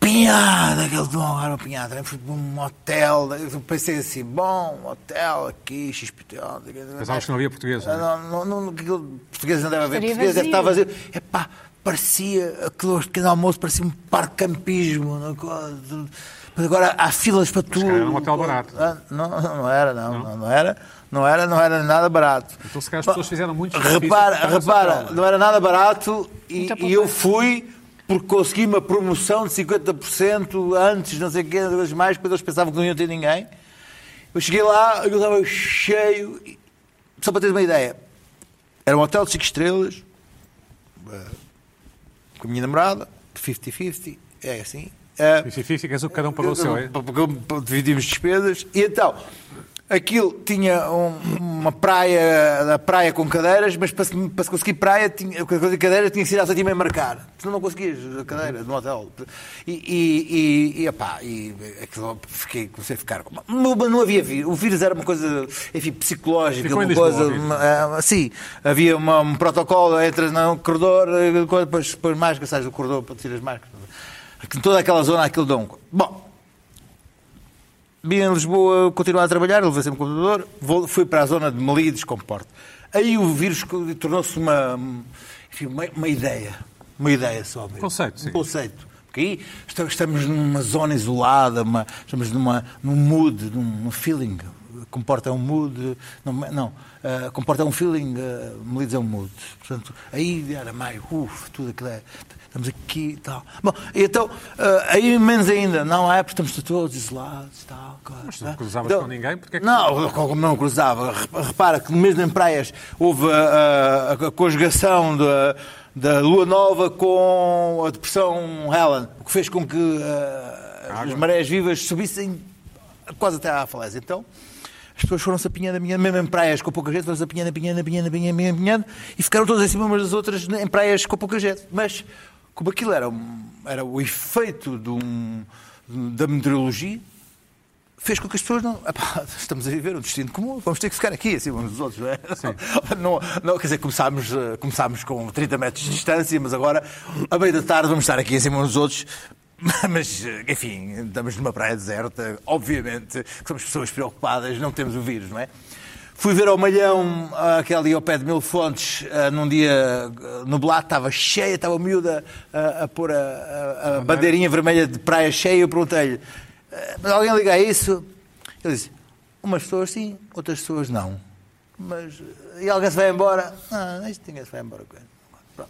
S2: apinhada, aquele do Algarve apinhada. Fui para um hotel, eu pensei assim, bom, hotel aqui, XPTO. não sei o quê.
S1: Pensávamos que não havia português, não é?
S2: Ah, Não, não, não, não, aquilo- português não deve haver,
S3: Estaria
S2: português deve estar
S3: vazio.
S2: vazio. Epá, parecia, aquele pequeno almoço parecia um parque de campismo. não é? Mas agora há filas para tudo.
S1: calhar era um hotel barato.
S2: Ah, Não, não, não era, não, não, não era. Não era, não era nada barato.
S1: Então, se calhar, as pessoas fizeram muitos
S2: Repara,
S1: sacrifícios para essa
S2: repara,
S1: prova.
S2: não era nada barato e,
S3: Muita
S2: e eu
S3: poupança.
S2: fui porque consegui uma promoção de 50% antes, não sei o quê, coisas mais, quando eles pensavam que não iam ter ninguém. Eu cheguei lá, eu estava cheio. e- Só para teres uma ideia, era um hotel de 5 estrelas, eh, com a minha namorada, 50-50, é assim. eh,
S1: Isso significa que cada um pagou o seu, é?
S2: porque dividimos despesas. E então, aquilo tinha um- uma praia, a praia com cadeiras, mas para se, para se conseguir praia, tinha, para conseguir cadeiras, tinha que ser à sétima e marcar. Senão não conseguias a cadeira no hotel. E, e, e, e, epá, e aquilo, fiquei, comecei a ficar. com- Não, não havia vírus. O vírus era uma coisa, enfim, psicológica,
S1: Ficou em
S2: uma
S1: Lisboa,
S2: coisa.
S1: o vírus.
S2: Ah, sim, havia uma- um protocolo, entras no corredor, eh, coisa, depois pões máscara, sais do corredor para tirar as máscaras. Aqui- Toda aquela zona, aquilo dá um... co- Bom, vim em Lisboa continuar a trabalhar, levei sempre o computador, vou- fui para a zona de Melides, Comporte. Aí o vírus co- tornou-se uma, enfim, uma, uma ideia, uma ideia só mesmo.
S1: Conceito, sim.
S2: Um conceito. Porque aí esta- estamos numa zona isolada, uma- estamos numa, num mood, num, num feeling. Comporta um mood. Não, não eh, comporta um feeling, uh, Melides é um mood. Portanto, aí era maio, uff, tudo aquilo é. Estamos aqui e tal. Bom, e então, eh, aí menos ainda, não é? Porque estamos todos isolados e tal. Claro,
S1: Mas tu
S2: né?
S1: não cruzavas com ninguém, porque é que-
S2: Não, como não cruzava. Re- Repara que mesmo em praias houve ah, a, a conjugação da, da lua nova com a depressão Helen, o que fez com que ah, as
S1: Água.
S2: marés vivas subissem quase até à falésia. Então, as pessoas foram-se apanhando, apanhando, mesmo em praias com pouca gente, foram-se apanhando, apanhando, apanhando, apanhando, apanhando, apanhando, e ficaram todas em cima umas das outras em praias com pouca gente. Mas, como aquilo era, um- era o efeito de um- da meteorologia, fez com que as pessoas não. Epá, estamos a viver um destino comum, vamos ter que ficar aqui, assim, uns dos outros, não é? Não, não, quer dizer, começámos, eh, começámos com 30 metros de distância, mas agora, à meia da tarde, vamos estar aqui, assim, uns dos outros. Mas, eh, enfim, estamos numa praia deserta, obviamente, que somos pessoas preocupadas, não temos o vírus, não é? Fui ver ao Malhão, ah, que é ali ao pé de Mil Fontes, ah, num dia ah, nublado, estava cheia, estava miúda eh, a, a pôr a- a- a bandeirinha vermelha de praia cheia. Eu perguntei-lhe, "Ah, mas alguém liga a isso? Ele disse, umas pessoas sim, outras pessoas não. Mas, ah, e alguém se vai embora? Ah, isto ninguém se vai embora. com ele." Pronto.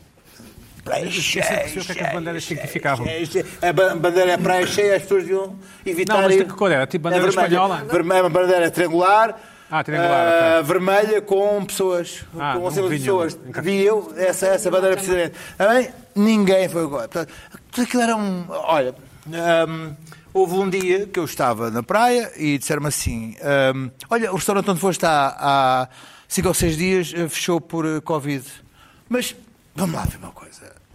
S2: Praia cheia,
S1: percebi o que é que as
S2: cheia,
S1: bandeiras
S2: cheia,
S1: significavam.
S2: cheia, cheia. A ba- bandeira é praia cheia, as pessoas deviam evitar...
S1: Não, mas de
S2: ir-
S1: que cor era? Tipo bandeira
S2: É vermelha.
S1: espanhola?
S2: Vermelha, uma bandeira triangular.
S1: Ah, triangular,
S2: ah, vermelha com pessoas.
S1: Ah,
S2: com
S1: não
S2: acima de
S1: vinha.
S2: pessoas. Vi eu essa, essa bandeira precisamente. Também ninguém foi agora. Portanto, tudo aquilo era um. Olha, hum, houve um dia que eu estava na praia e disseram-me assim: hum, Olha, o restaurante onde foste há, há cinco ou seis dias eh, fechou por eh, Covid. Mas vamos lá ver uma coisa.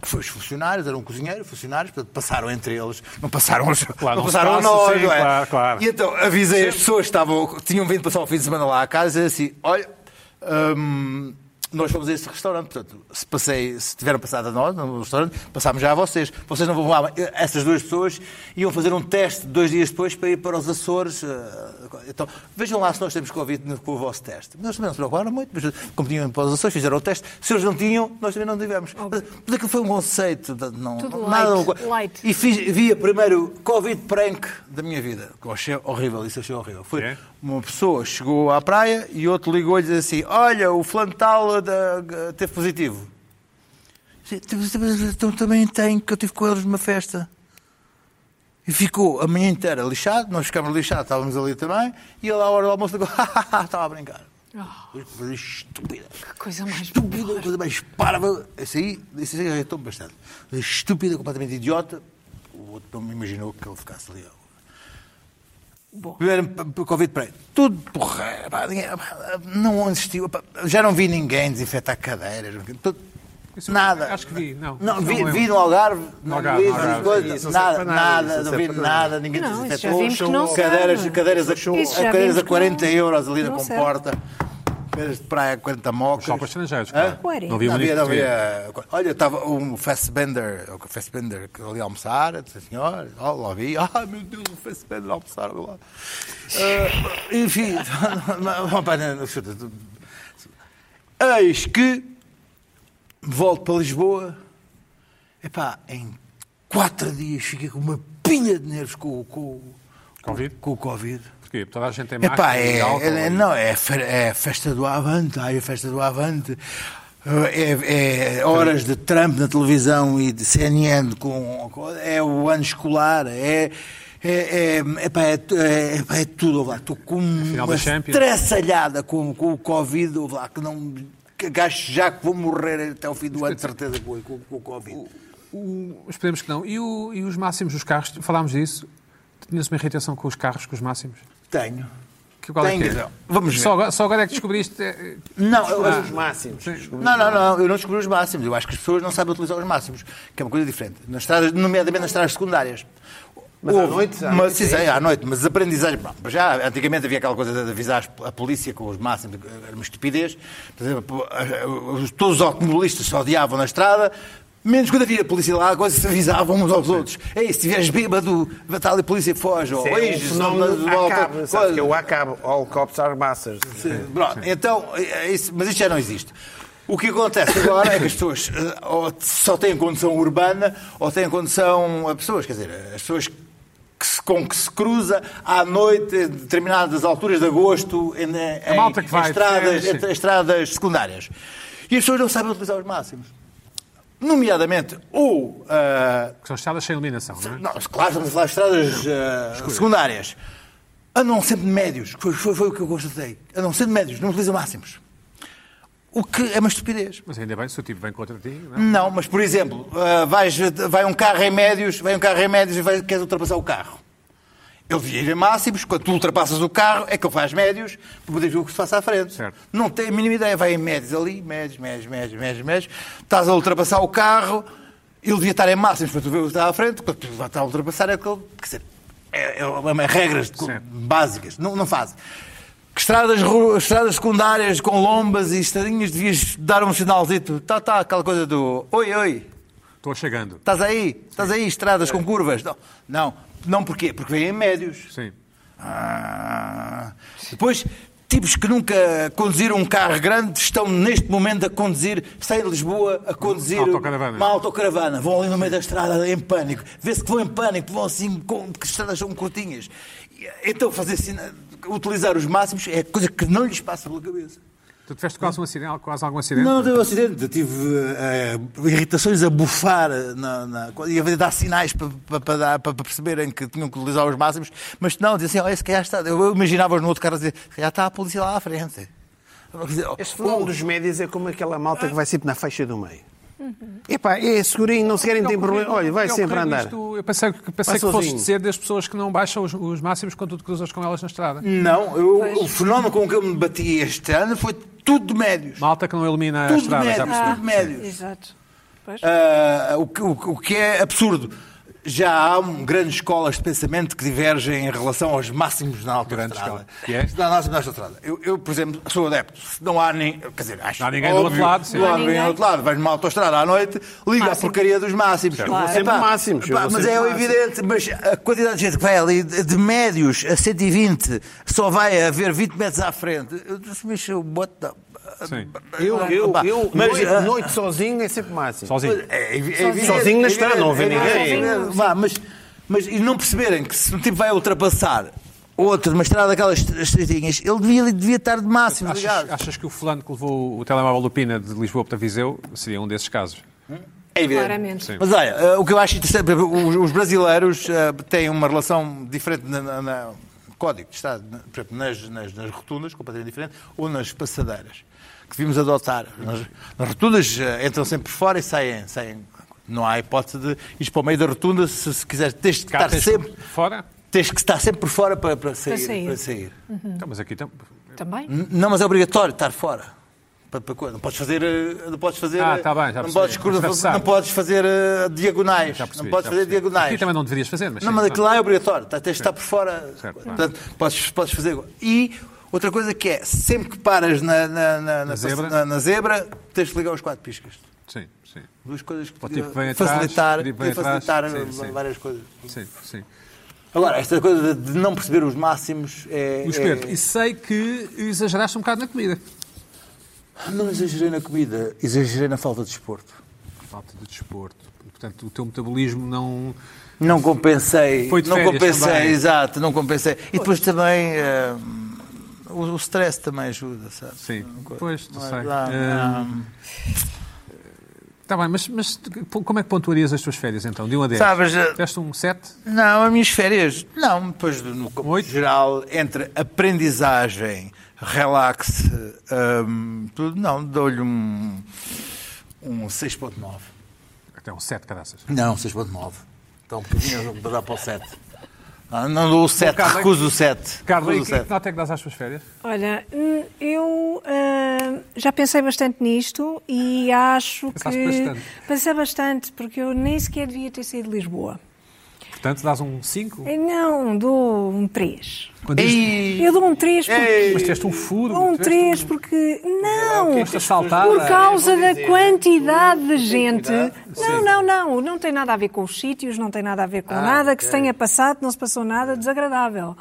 S2: Foi os funcionários, eram cozinheiros, funcionários, portanto, passaram entre eles, não passaram aos,
S1: Claro,
S2: não
S1: não se
S2: passaram a
S1: passa,
S2: nós,
S1: sim,
S2: não é?
S1: claro, claro.
S2: E então avisei as pessoas que estavam, tinham vindo passar o fim de semana lá à casa e assim, olha, hum, nós fomos a esse restaurante, portanto, se, passei, se tiveram passado a nós, no restaurante, passámos já a vocês. Vocês não vão lá. Essas duas pessoas iam fazer um teste dois dias depois para ir para os Açores. eh, Então, vejam lá se nós temos Covid no- com o vosso teste. Mas Eles também não se preocuparam muito, mas como tinham ido para os Açores, fizeram o teste. Se eles não tinham, nós também não tivemos. Mas aquilo foi um conceito, portanto, não,
S3: Tudo
S2: nada um
S3: light, light.
S2: e fiz, vi a primeiro Covid prank da minha vida. Que eu achei horrível, isso eu achei horrível. Foi
S1: É?
S2: uma pessoa chegou à praia e outro ligou-lhe e disse assim: Olha, o flantal da, teve positivo. Sim, mas- mas Então também tenho, que eu estive com eles numa festa. E ficou a manhã inteira lixado, nós ficámos lixados, estávamos ali também, e ele à hora do almoço ligou, estava a brincar. Coisa Estúpida.
S3: Oh. Que coisa mais
S2: Estúpida, coisa mais parva. Esse aí, esse aí irritou-me bastante. Estúpida, completamente idiota. O outro não me imaginou que ele ficasse ali.
S3: Bom.
S2: Primeiro, p- p- Covid para aí. Tudo porra. pá, ninguém- pá, Não insistiu. pá, Já não vi ninguém desinfetar cadeiras. tudo-
S1: Isso eu
S2: nada.
S1: acho que vi, não.
S2: Não,
S1: Não
S2: vi,
S1: lembro.
S2: vi no Algarve.
S1: No
S2: No
S1: Algarve,
S2: Algarve,
S1: no Algarve,
S2: coisa,
S4: isso não serve
S2: nada,
S4: para nada,
S2: nada,
S4: isso
S2: não
S4: serve
S2: vi
S4: para
S2: nada, ninguém
S3: Não, isso já
S2: desinfetou.
S3: vimos que não serve.
S2: um cadeiras, cadeiras, a,
S3: Isso já
S2: cadeiras
S3: vimos
S2: a
S3: que
S2: 40
S3: não-
S2: euros ali na
S3: não serve.
S2: comporta. Cadeiras de praia, 40 mocas.
S1: Só para estrangeiros,
S2: Hã?
S1: claro.
S3: Ué,
S1: Não havia
S2: Não havia,
S1: bonito
S2: não
S1: português.
S2: havia. Olha, estava um Fassbender, o Fassbender que ali a almoçar, eu disse, senhor, ó, lá vi, ah, meu Deus, o Fassbender a almoçar lá. Ah, enfim, não, não, pá, não, não, eis que volto para Lisboa, epá, em quatro dias fiquei com uma pilha de nervos com, o- com, o-
S1: Covid?
S2: com o Covid.
S1: Porquê? Toda a gente tem máquina
S2: Epá, é,
S1: de álcool.
S2: é- não, é, fe- é festa do Avante, ai, a festa do Avante. É, é horas de Trump na televisão e de CNN com, com- é o ano escolar, é é, é, epá, é, tu- é, epá, é tudo, ouve lá, estou com
S1: final
S2: uma
S1: da Champions.
S2: estressalhada com, com o Covid, ouve lá, que não que gasto já que vou morrer até o fim do ano, de certeza, com, com, com o Covid.
S1: O- Esperemos que não. E, o- e os máximos dos carros? Falámos disso. Tinhas uma irritação com os carros, com os máximos?
S2: Tenho.
S1: Que, qual é
S2: Tenho
S1: que é?
S2: razão. Vamos ver.
S1: Só, agora- só agora é que descobriste. é,
S2: Não, eu,
S4: Mas os máximos.
S2: Não, não, não, eu não descobri os máximos. Eu acho que as pessoas não sabem utilizar os máximos, que é uma coisa diferente. Nas estradas, nomeadamente nas estradas secundárias.
S4: Mas à noite, à
S2: mas,
S4: noite
S2: sim,
S4: é
S2: sim, à noite, mas as aprendizagens. pá, já antigamente havia aquela coisa de avisar a polícia com os máximos, era uma estupidez. Por exemplo, todos os automobilistas se odiavam na estrada. Menos quando havia a polícia lá, a coisa se avisavam uns aos outros. Ei, se estiveres bêbado, vai estar ali a polícia foge. Ou,
S4: Isso é
S2: "Ei,
S4: um
S2: se
S4: fenómeno
S2: não-
S4: ACAB, sabes
S2: coisa."
S4: que é o ACAB, All Cops Are Masters.
S2: Pronto, então, é isso, mas isto já não existe. O que acontece agora é que as pessoas eh, ou só têm condição urbana ou têm condição a pessoas, quer dizer, as pessoas que se- com que se cruza à noite, em determinadas alturas de agosto, em, em-
S1: malta que
S2: em
S1: vai,
S2: estradas,
S1: percebes?
S2: entre estradas secundárias. E as pessoas não sabem utilizar os máximos. Nomeadamente, ou ah,
S1: Que são estradas sem iluminação, não é?
S2: não, claro, estamos a falar de estradas eh, secundárias. Andam sempre de médios, que foi, foi, foi o que eu constatei. Andam sempre de médios, não utilizam máximos. O que é uma estupidez.
S1: Mas ainda bem, se o tipo vem contra ti, não é?
S2: Não, mas por exemplo, eh, vais- vai um carro em médios, vai um carro em médios e vai- queres ultrapassar o carro. Ele devia ir em máximos, quando tu ultrapassas o carro, é que ele faz médios, para poder ver o que se passa à frente.
S1: Certo.
S2: Não tem a mínima ideia, vai em médios ali, médios, médios, médios, médios, médios, estás a ultrapassar o carro, ele devia estar em máximos para tu ver o que está à frente, quando tu vai estar a ultrapassar é aquele. Quer dizer, é, é uma- regras de co-
S1: Certo.
S2: básicas, não, não fazem. Que estradas, ru- estradas secundárias com lombas e estradinhas devias dar um sinalzito, tá, tá, aquela coisa do oi, oi.
S1: Estou chegando.
S2: Estás aí? Estás aí, estradas com curvas? Não, não, não porquê? Porque vêm em médios.
S1: Sim.
S2: Ah. Depois, tipos que nunca conduziram um carro grande estão neste momento a conduzir, saem de Lisboa a conduzir
S1: Autocaravana.
S2: uma autocaravana. Vão ali no meio da estrada em pânico. Vê-se que vão em pânico, vão assim, com, que as estradas são curtinhas. E, Então, fazer assim, utilizar os máximos é coisa que não lhes passa pela cabeça.
S1: Tu tiveste quase um acidente, quase algum acidente?
S2: Não, não teve acidente. Eu tive eh, eh, irritações a bufar na, na, e a dar sinais para, para, para, dar- para- para perceberem que tinham que utilizar os máximos. Mas não, dizia assim: olha, se calhar está. Eu imaginava-os no outro cara a dizer: se calhar está a polícia lá à frente. Quer dizer, oh,
S4: Este fenómeno dos médias é como aquela malta que vai sempre na faixa do meio. Epá, é segurinho, não se querem, tem problema. Olha, vai
S1: Eu
S4: sempre a
S1: creio
S4: andar.
S1: nisto- eu pensei, que- pensei
S4: Vai
S1: que fosse
S4: sozinho.
S1: dizer das pessoas que não baixam os, os máximos quando tu te cruzas com elas na
S2: Hum.
S1: estrada.
S2: Não, eu, o fenómeno com que eu me bati este ano foi tudo de médios.
S1: Malta que não ilumina a
S2: Tudo de
S1: estrada, já
S2: médios,
S4: Ah,
S1: percebi.
S2: tudo de médios.
S3: Ah, Exato. Pois.
S2: Ah, o, que, o que- o que é absurdo. Já há um, grandes escolas de pensamento que divergem em relação aos máximos na autoestrada.
S1: escola. Que é?
S2: Na máxima autoestrada. Eu, eu, por exemplo, sou adepto. Se não há nem. Quer dizer, acho
S1: Não há ninguém do outro
S2: óbvio,
S1: lado, sim.
S2: Não há
S3: Não há
S2: ninguém do
S3: ninguém.
S2: outro lado. Vais numa autoestrada à noite, liga a
S3: Máximo.
S2: porcaria dos máximos.
S1: Certo.
S2: Eu vou
S3: Claro.
S4: sempre
S2: Epá,
S4: máximos, eu
S2: epá,
S4: vou
S2: mas
S4: sempre
S2: é
S4: máximos.
S2: evidente, mas a quantidade de gente que vai ali, de de médios a 120, só vai haver 20 metros à frente. Eu disse, mas eu boto.
S1: Sim.
S4: Eu, eu,
S2: Pá,
S4: eu
S2: mas,
S4: noite,
S2: ah,
S4: noite sozinho é sempre máximo.
S1: Sozinho.
S2: É, evi- é
S3: Sozinho.
S2: evidente,
S4: Sozinho não está,
S2: evidente,
S4: não vê
S2: é
S4: ninguém.
S2: evidente.
S3: Sozinho,
S2: Vá, mas, mas e não perceberem que se o tipo vai ultrapassar outro, uma estrada daquelas est- estreitinhas, ele devia, ele devia estar de máximo,
S1: Achas,
S2: ligado?
S1: achas que o fulano que levou o telemóvel do Pina de Lisboa para Viseu seria um desses casos?
S2: É evidente.
S3: Claramente. Sim.
S2: Mas olha, eh, o que eu acho interessante, por exemplo, os, os brasileiros eh, têm uma relação diferente na, na- na- no código de Estado, na- por exemplo, nas, nas, nas rotundas, completamente diferente, ou nas passadeiras, que devíamos adotar. Nas, nas rotundas eh, entram sempre por fora e saem. saem. Não há hipótese de ir para o meio da rotunda se, se quiseres. Tens de
S1: Cá
S2: estar
S1: tens-
S2: sempre.
S1: Fora?
S2: Tens que estar sempre por fora para, para sair. Para sair.
S3: sair.
S1: Então, mas aqui tam-
S3: Também?
S2: N- Não, mas é obrigatório estar fora. Para, para coisa. Não podes fazer. eh, Não podes fazer
S1: Ah,
S2: eh,
S1: tá bem, já
S2: não
S1: percebi.
S2: podes,
S1: Mas deve
S2: curva-
S1: saber.
S2: não podes fazer eh, diagonais.
S1: já percebi,
S2: não podes
S1: já
S2: fazer
S1: percebi.
S2: diagonais.
S1: Aqui também não deverias fazer, mas.
S2: Não,
S1: sim,
S2: mas
S1: tá.
S2: aquilo lá é obrigatório. tá- Tens de estar por fora.
S1: Certo, tá. claro.
S2: Portanto, podes, podes fazer. E outra coisa que é, sempre que paras na, na, na, na-
S1: zebra?
S2: na- na zebra, tens de ligar os quatro piscas.
S1: Sim, sim.
S2: Duas coisas que
S1: Ou tipo, vem
S2: podiam
S1: atrás,
S2: facilitar,
S1: tipo,
S2: podiam
S1: vem atrás.
S2: facilitar eh,
S1: Sim, sim.
S2: várias coisas.
S1: Sim, sim.
S2: Agora, esta coisa de de não perceber os máximos é.
S1: Luís
S2: é-
S1: Pedro, e sei que exageraste um bocado na comida.
S2: Ah, Não exagerei na comida, exagerei na falta de desporto.
S1: Falta de desporto. Portanto, o teu metabolismo não.
S2: Não compensei.
S1: Foi de
S2: não
S1: férias
S2: compensei,
S1: também.
S2: exato, não compensei. E depois também eh, o, o stress também ajuda, sabe?
S1: Sim.
S2: Uma coisa.
S1: Pois, tu Eh,
S2: Não é?
S1: sei.
S2: Dá- dá-
S1: Está Tá bem, mas, mas como é que pontuarias as tuas férias então? De 1 a 10?
S2: Sabes, eh,
S1: Deste um 7?
S2: Não, as minhas férias. Não, depois no
S1: Oito?
S2: no geral, entre aprendizagem, relax, hum, tudo, não, dou-lhe um, um 6.9.
S1: Até um 7, caraças.
S2: Não, 6.9. Então, pequenininho, vou dar para o 7. Ah, não dou o 7,
S1: Carla,
S2: recuso o 7.
S1: Carla, e
S2: recuso o
S1: que
S2: 7.
S1: nota é que dás às tuas férias?
S3: Olha, hum, eu hum, já pensei bastante nisto e acho
S1: Pensaste
S3: que.
S1: bastante.
S3: Pensei bastante, porque eu nem sequer devia ter saído de Lisboa.
S1: Portanto, dás um 5?
S3: Eu não, dou um 3.
S1: Quando dizes-
S3: Eu dou um 3 porque.
S1: Mas teste um furo.
S3: Dou um
S1: tiveste
S3: 3 porque. Não!
S1: Foste assaltada.
S3: Por causa da quantidade de gente. Não, não, não. Não tem nada a ver com os sítios, não tem nada a ver com nada que se tenha passado, não se passou nada desagradável.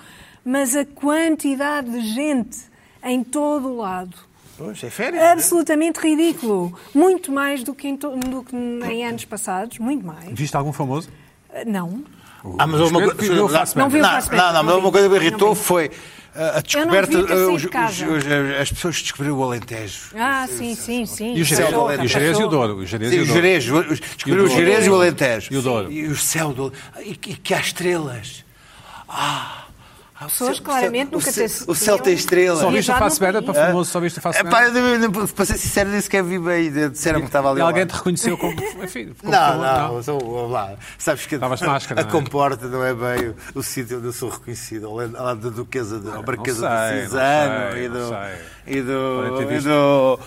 S3: Mas a quantidade de gente em todo o lado.
S4: Pois, é férias. né?
S3: Absolutamente ridículo. Muito mais do que em, to- do que em anos passados, muito mais.
S1: Viste algum famoso?
S3: Ah, Não.
S2: Ah, mas houve uma
S1: Espero
S2: coisa.
S1: que viu o Fassbender.
S3: Não viu o Fassbender,
S2: Não, não, mas
S3: não
S2: houve uma
S3: vi.
S2: coisa que me
S3: Não
S2: irritou
S3: vi.
S2: foi ah, a descoberta.
S3: devia ter saído
S2: ah, os-
S3: de casa.
S2: os- os- as pessoas descobriram o Alentejo.
S3: Ah, sim, sim, sim.
S1: E o Jerez
S2: Céu do
S1: e o, Jerez e o Douro. O Jerez
S2: Sim,
S1: e o
S2: os
S1: Douro.
S2: Jerez, os- descobriram
S1: E o
S2: os Jerez e o
S1: Douro.
S2: Alentejo.
S1: E o Douro.
S2: E o céu do. ah, E que, e que há estrelas. Ah! há o
S3: Pessoas
S2: céu-
S3: claramente
S2: o
S3: nunca
S2: céu-
S3: ter-
S2: é O céu tem estrelas.
S1: Só viste o
S3: Viajar no
S1: Fassbender
S3: país.
S1: para famoso, só viste o
S2: É pá,
S1: Fassbender.
S2: eu, eu, eu, para ser sincero, nem sequer vi bem. Disseram que estava ali.
S1: E
S2: ao
S1: alguém
S2: lado.
S1: te reconheceu como. Enfim, como
S2: Não,
S1: famoso,
S2: não, sou- vamos lá. Sabes que a,
S1: Estavas de máscara,
S2: a
S1: não é?
S2: comporta não é bem o, o sítio onde eu sou reconhecido, ao lado ao lado da Duquesa de ah, Marquesa
S1: sei,
S2: de
S1: não
S2: Cisano
S1: sei,
S2: e do.
S1: não sei. Podem
S2: E do.
S1: ter
S2: E
S1: visto.
S2: do.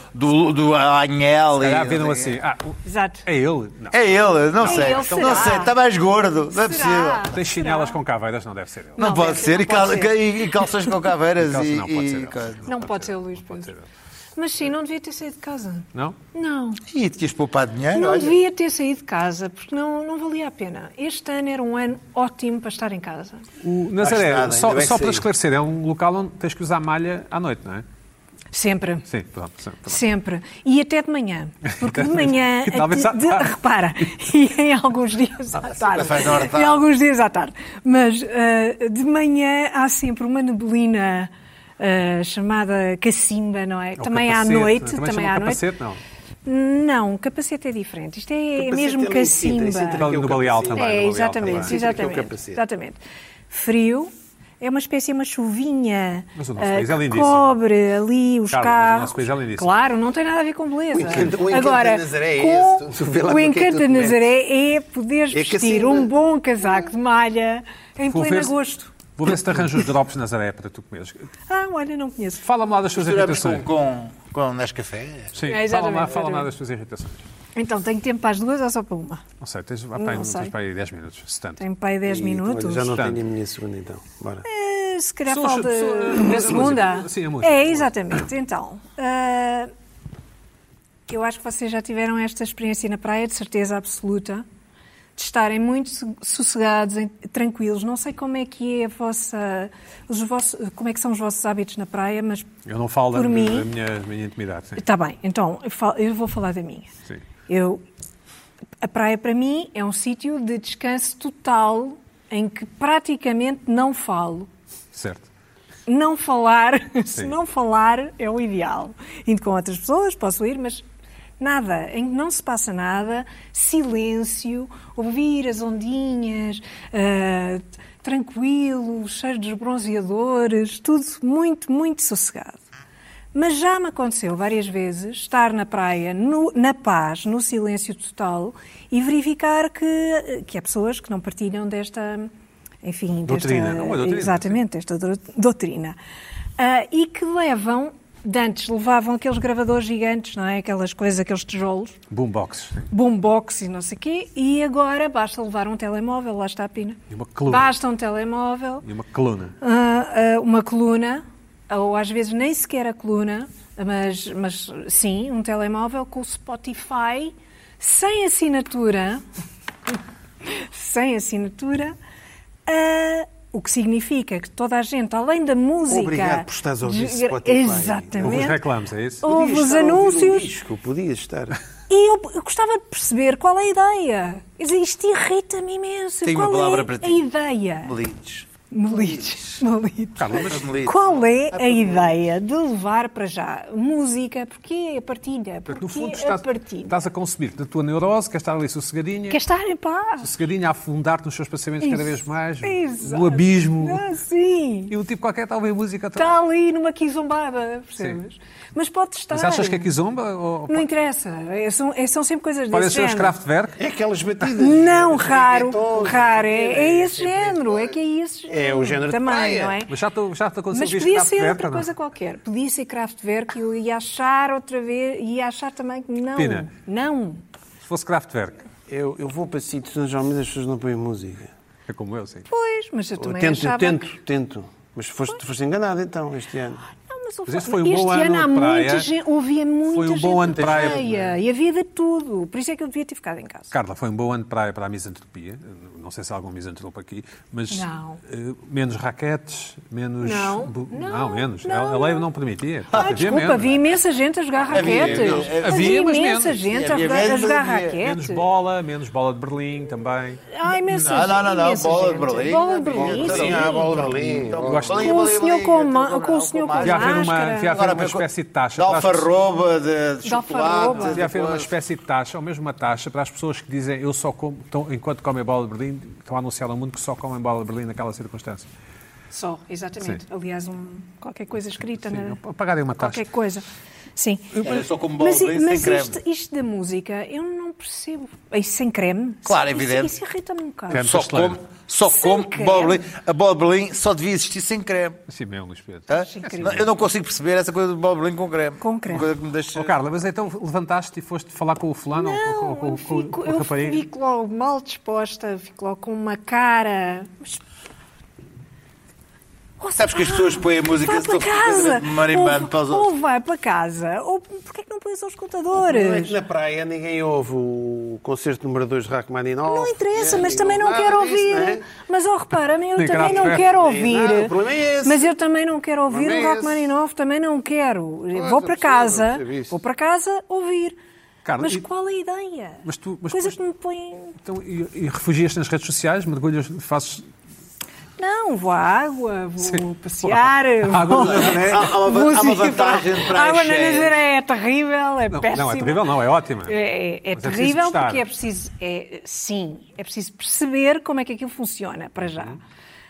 S2: Do, do Anhel.
S1: Se calhar
S2: e-
S1: viram assim. Ah, o-
S3: Exato.
S1: é ele? Não.
S2: É ele, não sei.
S3: ele,
S2: não
S3: será?
S2: sei, está mais gordo, não é
S3: Será?
S2: possível.
S1: Tem chinelas com caveiras, não deve ser ele.
S2: Não,
S3: Não,
S2: pode
S3: deve ser,
S2: ser,
S3: não
S2: e, cal-
S3: pode ser.
S2: e- e calções com caveiras
S1: Calça-
S2: e.
S1: não, pode
S2: e-
S1: ser ele.
S2: coisa.
S3: Não pode ser o Luís Pedro. Mas sim, não devia ter saído de casa.
S1: Não?
S3: Não.
S2: E tinhas poupado dinheiro,
S3: Não
S2: olha.
S3: devia ter saído de casa, porque não, não valia a pena. Este ano era um ano ótimo para estar em casa.
S1: O
S2: Ah, está,
S1: Nazaré,
S2: ainda
S1: só,
S2: bem que
S1: só para
S2: saiu.
S1: esclarecer, é um local onde tens que usar malha à noite, não é?
S3: Sempre.
S1: Sim, pronto. sim, pronto.
S3: Sempre. E até de manhã. Porque de manhã.
S1: E talvez à
S3: de-
S1: tarde.
S3: repara, e em alguns dias à tarde.
S2: faz na hora da tarde.
S3: Em alguns dias à tarde. Mas ah, de manhã há sempre uma neblina ah, chamada cacimba, não é?
S1: É o
S3: também
S1: capacete,
S3: à noite.
S1: Também,
S3: Também,
S1: chama
S3: à noite.
S1: capacete, não.
S3: Não, capacete é diferente. Isto é
S4: Capacete
S3: mesmo
S4: é limpinho,
S3: cacimba.
S4: tem sempre
S1: Aquele
S4: aquele
S1: no Baleal
S4: capacete.
S1: também. no
S3: É,
S1: Baleal
S3: exatamente,
S1: também.
S3: exatamente,
S4: Aquele capacete.
S3: exatamente. Frio, é uma espécie de uma chuvinha
S1: Mas o nosso
S3: ah,
S1: país é
S3: que
S1: lindíssimo.
S3: cobre ali
S1: Carla, mas
S3: os
S1: o
S3: carros.
S1: nosso país é lindíssimo.
S3: claro, não tem nada a ver com beleza.
S4: encanto- o encanto
S3: Agora,
S4: de Nazaré é
S3: com-
S4: esse, tu- tu vê lá
S3: o
S4: no que é que
S3: encanto
S4: tu
S3: de
S4: te
S3: Nazaré é poderes
S4: É que assim,
S3: vestir
S4: né?
S3: um bom casaco de malha em
S1: Vou
S3: pleno
S1: ver se-
S3: agosto.
S1: Vou ver se te arranjo os drops Nazaré para tu comeres.
S3: Ah, olha, não conheço.
S1: Fala-me lá das suas
S2: Misturamos
S1: irritações.
S2: com, com, com Nescafé.
S1: Sim,
S3: É,
S1: fala
S3: exatamente,
S1: lá, fala lá
S3: exatamente.
S1: das tuas irritações.
S3: Então, tenho tempo para as duas ou só para uma?
S1: Não sei, tens, ah, pá,
S3: Não
S1: aí,
S3: sei.
S1: tens para aí 10 minutos, se tanto.
S3: Tenho para aí 10
S4: E,
S3: minutos.
S4: olha, já não
S1: Portanto.
S4: tenho a minha segunda, então. Bora.
S3: Eh, Se calhar
S1: Pessoas-
S3: falo de-
S1: pessoas-
S3: da
S1: é música.
S3: segunda.
S1: Sim, a música.
S3: É, exatamente. Então, ah, eu acho que vocês já tiveram esta experiência na praia, de certeza absoluta, de estarem muito so- sossegados, em- tranquilos. Não sei como é que é a vossa, os vossos, como é que são os vossos hábitos na praia, mas
S1: Eu não falo da,
S3: Por mim-
S1: da minha, da minha intimidade. Sim.
S3: está bem. Então, eu fal- eu vou falar da minha.
S1: Sim.
S3: Eu, a praia para mim é um sítio de descanso total, em que praticamente não falo.
S1: Certo.
S3: não falar, se
S1: Sim.
S3: não falar é o ideal. Indo com outras pessoas, posso ir, mas nada, em que não se passa nada, silêncio, ouvir as ondinhas, ah, tranquilo, cheiro dos bronzeadores, tudo muito, muito sossegado. Mas já me aconteceu várias vezes estar na praia, no- na paz, no silêncio total e verificar que, que há pessoas que não partilham desta, enfim,
S1: Doutrina,
S3: desta,
S1: não é doutrina,
S3: Exatamente, esta dro- doutrina. Ah, e que levam, de antes levavam aqueles gravadores gigantes, não é? Aquelas coisas, aqueles tijolos,
S1: Boombox. sim.
S3: boombox e não sei o quê, e agora basta levar um telemóvel, lá está a pina.
S1: E uma coluna.
S3: Basta um telemóvel,
S1: E uma coluna.
S3: ah, ah, uma coluna, ou às vezes nem sequer a coluna, mas, mas sim, um telemóvel com o Spotify sem assinatura, sem assinatura, ah, o que significa que toda a gente, além da música...
S4: Obrigado por estares a ouvir
S3: desgra-
S4: Spotify.
S1: Houve os
S3: Exatamente.
S1: reclames, é isso?
S3: Houve os
S4: Podias estar a ouvir um
S3: anúncios,
S4: disco, podias estar.
S3: e eu, eu gostava de perceber qual é a ideia. Quer dizer, Isto irrita-me imenso.
S2: Tenho uma
S3: qual
S2: palavra
S3: é
S2: para ti.
S3: a ideia?
S2: Melides.
S3: Melites. Melites.
S1: Carla, mas
S2: Melides.
S3: Qual é a ideia de levar para já música? Porquê a partilha? Porquê
S1: no fundo, tu
S3: a
S1: estás,
S3: partilha?
S1: estás a consumir da tua neurose, queres estar ali sossegadinha,
S3: Quer estar em paz?
S1: sossegadinha a afundar-te nos seus pensamentos cada vez mais,
S3: Exato.
S1: no abismo.
S3: Ah, sim.
S1: E o tipo qualquer está a ouvir música.
S3: Está ali numa quizombada, percebes? Mas pode estar.
S1: Mas achas que é quizomba? Ou...
S3: Não interessa. É- São, é- são sempre coisas
S1: Podem
S3: desse
S1: ser os
S3: género.
S1: Kraftwerk?
S4: É aquelas batidas.
S3: Não, raro. Raro. É, é esse género. É que é esse género.
S4: o género de
S3: Também,
S4: praia.
S3: não é?
S1: Mas já te, já te aconteceu
S3: Mas
S1: ouvir
S3: podia ser
S1: Kraftwerk,
S3: outra
S1: ou não?
S3: coisa qualquer. Podia ser Kraftwerk e eu ia achar outra vez, ia achar também que não.
S1: Pina.
S3: Não.
S1: Se fosse Kraftwerk,
S4: Eu, eu vou para sítios onde geralmente as pessoas não põem música.
S1: é como eu, sim.
S3: Pois, mas eu
S4: Eu
S3: também
S4: tento,
S3: achava...
S4: eu tento, tento. Mas foste, foste enganado então, este ano.
S3: Não, mas, eu
S1: Mas este
S3: falo-
S1: foi um
S3: este
S1: bom ano
S3: ano há
S1: de praia.
S3: muita gente, ouvia muita
S1: Foi um
S3: gente
S1: bom ano
S3: na
S1: de praia. é?
S3: E havia de tudo. Por isso é que eu devia ter ficado em casa.
S1: Carla, foi um bom ano de praia para a misantropia. Não sei se há algum misantropo aqui, mas
S3: Não.
S1: eh, menos raquetes, menos.
S3: Não,
S1: bu-
S3: não,
S1: menos.
S3: não,
S1: a lei
S3: não.
S1: não, permitia.
S3: Ah, desculpa, havia imensa gente a jogar raquetes.
S1: havia, mas
S3: imensa
S1: menos.
S3: gente a
S2: Havia
S3: jogar, a
S2: menos,
S3: jogar
S2: havia
S3: raquetes.
S1: Menos bola, menos bola de Berlim também.
S3: Há imensa
S2: Não, não, não, não,
S3: imensa
S2: bola de
S3: gente.
S2: Berlim.
S3: Bola de Berlim,
S2: Bola de
S3: sim.
S2: Berlim.
S1: gosto-
S3: Com o senhor com, a ma- com o senhor com
S1: Devia haver uma-
S3: máscara.
S1: devia haver
S2: Agora,
S1: uma espécie de taxa.
S2: De alfarroba, de, de
S3: De alfarroba.
S2: chocolate.
S1: Devia haver uma espécie de taxa, ou mesmo uma taxa, para as pessoas que dizem eu só como, estão- enquanto comem bola de Berlim, estão a anunciar ao mundo que só comem bola de Berlim naquela circunstância.
S3: Só, exatamente. Aliás, um, qualquer coisa escrita
S1: Sim,
S3: na.
S1: eu pagarei uma taxa.
S3: Qualquer coisa. Sim. Eh,
S2: Olha, só como
S3: Mas,
S2: balde,
S3: mas
S2: sem
S3: isto, isto da música, eu não percebo. Isso sem creme?
S2: Claro,
S3: Isso-
S2: evidente.
S3: Isso, irrita-me um bocado.
S1: Creme.
S2: Só
S1: Pasteleiro.
S2: como, só
S3: Sem
S2: como
S3: creme.
S2: Bob Berlim. A Bob Berlim só devia existir sem creme.
S1: Sim, Assim mesmo, Luís Pedro.
S2: hã?
S3: Acho incrível.
S2: Não, Eu não consigo perceber essa coisa de Bob Berlim com creme.
S3: Com creme.
S2: Uma coisa que me deixa...
S1: Ó Carla, mas então levantaste e foste falar com o fulano
S3: Não,
S1: ou com,
S3: eu
S1: com, com,
S3: fico,
S1: com o
S3: eu
S1: rapariga?
S3: fico logo mal disposta, fico logo com uma cara. Mas ah,
S2: Sabes que as pessoas põem a música...
S3: Vai para casa!
S2: Marimbando
S3: Ou-
S2: para os
S3: ou,
S2: outros.
S3: vai para casa! Ou porquê que não pões aos
S4: Não é
S3: escutadores?
S4: que na praia ninguém ouve o concerto número 2 de Rachmaninoff.
S3: Não interessa,
S4: É,
S3: mas
S4: ninguém
S3: também não
S4: ouve
S3: quero
S4: nada disso,
S3: ouvir.
S2: né?
S4: não é?
S3: Mas oh, repara-me, eu
S1: Nem
S3: também não
S1: Kraftwerk,
S3: quero
S1: nem
S4: nada, o
S3: ouvir.
S4: problema é esse.
S3: Mas eu também não quero ouvir
S4: problema
S3: o
S4: é esse.
S3: Rachmaninoff, também não quero. vou
S4: eu
S3: para
S4: percebo, eu
S3: casa,
S4: percebo isso.
S3: vou para casa ouvir.
S1: Carla,
S3: mas
S1: e-
S3: qual é a ideia?
S1: Mas tu- mas
S3: Coisas
S1: tu-
S3: que me põem.
S1: Então, e, e refugias-te nas redes sociais, mergulhas, fazes.
S3: Não, vou à água, vou passear.
S1: Água
S3: vou-
S1: no Nazaré.
S4: é?
S2: Há, há uma, há uma vantagem para
S3: a água
S2: as
S3: na
S2: cheias.
S3: Nazaré é terrível, é
S1: Não,
S3: péssima.
S1: não, é terrível, não, é ótima.
S3: É, é
S1: Mas é preciso
S3: terrível
S1: gostar.
S3: porque é preciso, é, sim, é preciso perceber como é que aquilo funciona, para já.
S1: Uhum.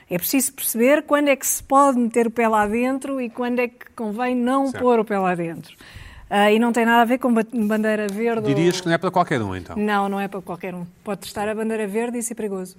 S3: É preciso perceber quando é que se pode meter o pé lá dentro e quando é que convém não
S1: Certo.
S3: pôr o pé lá dentro. Ah, e não tem nada a ver com ba- bandeira verde. ou- Hum.
S1: Dirias que não é para qualquer um, então.
S3: Não, não é para qualquer um. Pode estar a bandeira verde e ser perigoso.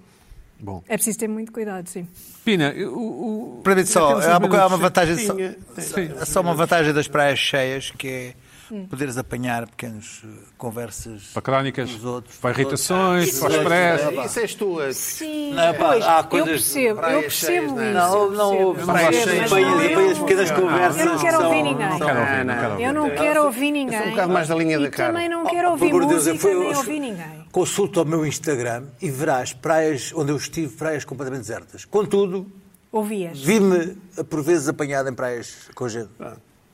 S1: Bom.
S3: É preciso ter muito cuidado, sim.
S1: Pina, o. o-
S2: Permite
S1: já
S2: só,
S1: temos uns
S2: há uma, coisa- há uma
S1: minutos.
S2: vantagem, só,
S4: Tinha-
S2: só- só uma vantagem das praias cheias que é
S3: Hum.
S2: poderes apanhar pequenos eh, conversas
S1: Para crónicas,
S2: dos outros.
S1: para
S2: dos outros.
S1: irritações, para o expresso.
S4: Isso és tu.
S3: Sim,
S2: Não, pá, há
S3: eu
S2: coisas de
S3: percebo, eu
S2: praias
S3: percebo
S2: cheias,
S3: isso.
S2: não é?
S3: eu
S2: Não, não
S3: percebo,
S2: houve
S3: eu
S2: praias
S3: percebo,
S2: cheias,
S3: mas
S2: baias
S3: não
S2: e
S3: é
S2: baias
S3: um-
S2: pequenas conversas
S3: Eu não quero
S2: são-
S3: ouvir
S2: não
S3: ninguém.
S1: quero ouvir, não quero
S3: Eu
S1: ouvir.
S3: não quero ouvir ninguém.
S4: um bocado mais da linha
S3: e
S4: da cara.
S3: também não
S2: Oh,
S3: quero ouvir
S2: por amor de
S3: música
S2: Deus, eu fui-
S3: nem
S2: eu-
S3: ouvir ninguém.
S2: Consulta o meu Instagram e verás praias onde eu estive, praias completamente desertas. Contudo,
S3: Ouvias?
S2: vi-me eh, por vezes apanhado em praias com gente.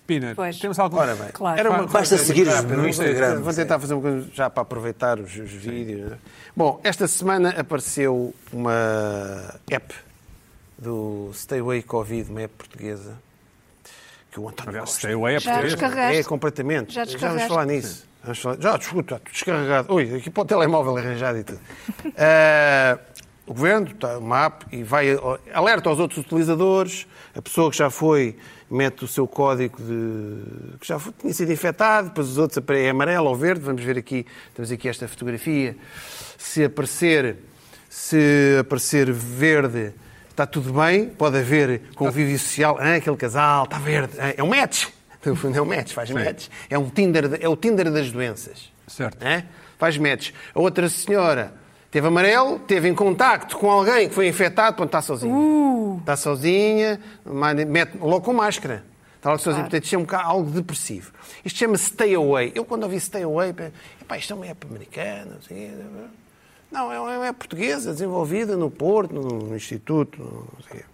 S1: Pina,
S3: Pois.
S1: temos algum.
S4: Ora bem,
S3: Claro.
S4: era uma
S3: Basta
S4: coisa-
S2: seguir-os
S4: Rápido,
S2: no
S4: vou-
S2: Instagram.
S4: Vou tentar fazer uma coisa já para aproveitar os, os vídeos. né? Bom, esta semana apareceu uma app do Stay Away Covid, uma app portuguesa, que o António
S1: Aliás,
S4: Costa
S1: Stay away é
S3: Já
S1: português.
S3: descarrega-
S4: é
S3: Descarregaste?
S4: completamente.
S3: Já
S4: vamos
S3: descarregaste?
S4: falar nisso. Vamos falar- Já, desculpa, está tudo descarregado. Ui, aqui para o telemóvel arranjado e tudo. Eh, o governo está uma app e vai ao- alerta aos outros utilizadores. A pessoa que já foi mete o seu código de que já foi- tinha sido infectado, depois os outros apare- é amarelo ou verde. Vamos ver aqui, temos aqui esta fotografia. Se aparecer, se aparecer verde, está tudo bem, pode haver convívio social, ah, aquele casal está verde, ah, é um match. No fundo, É um match, faz match. É, um Tinder, de- é o Tinder das doenças.
S1: Certo.
S4: É? Faz match. A outra senhora teve amarelo, teve em contacto com alguém que foi infectado, pronto, está sozinha. Está sozinha, ma- mete logo com máscara. Está logo sozinha. Portanto, isto é um bocado algo depressivo. Isto chama-se Stay Away. Eu, quando ouvi Stay Away, pe- epá, isto é uma app americana, não sei o quê. Não, é uma app portuguesa, desenvolvida no Porto, no, no Instituto, não sei o quê.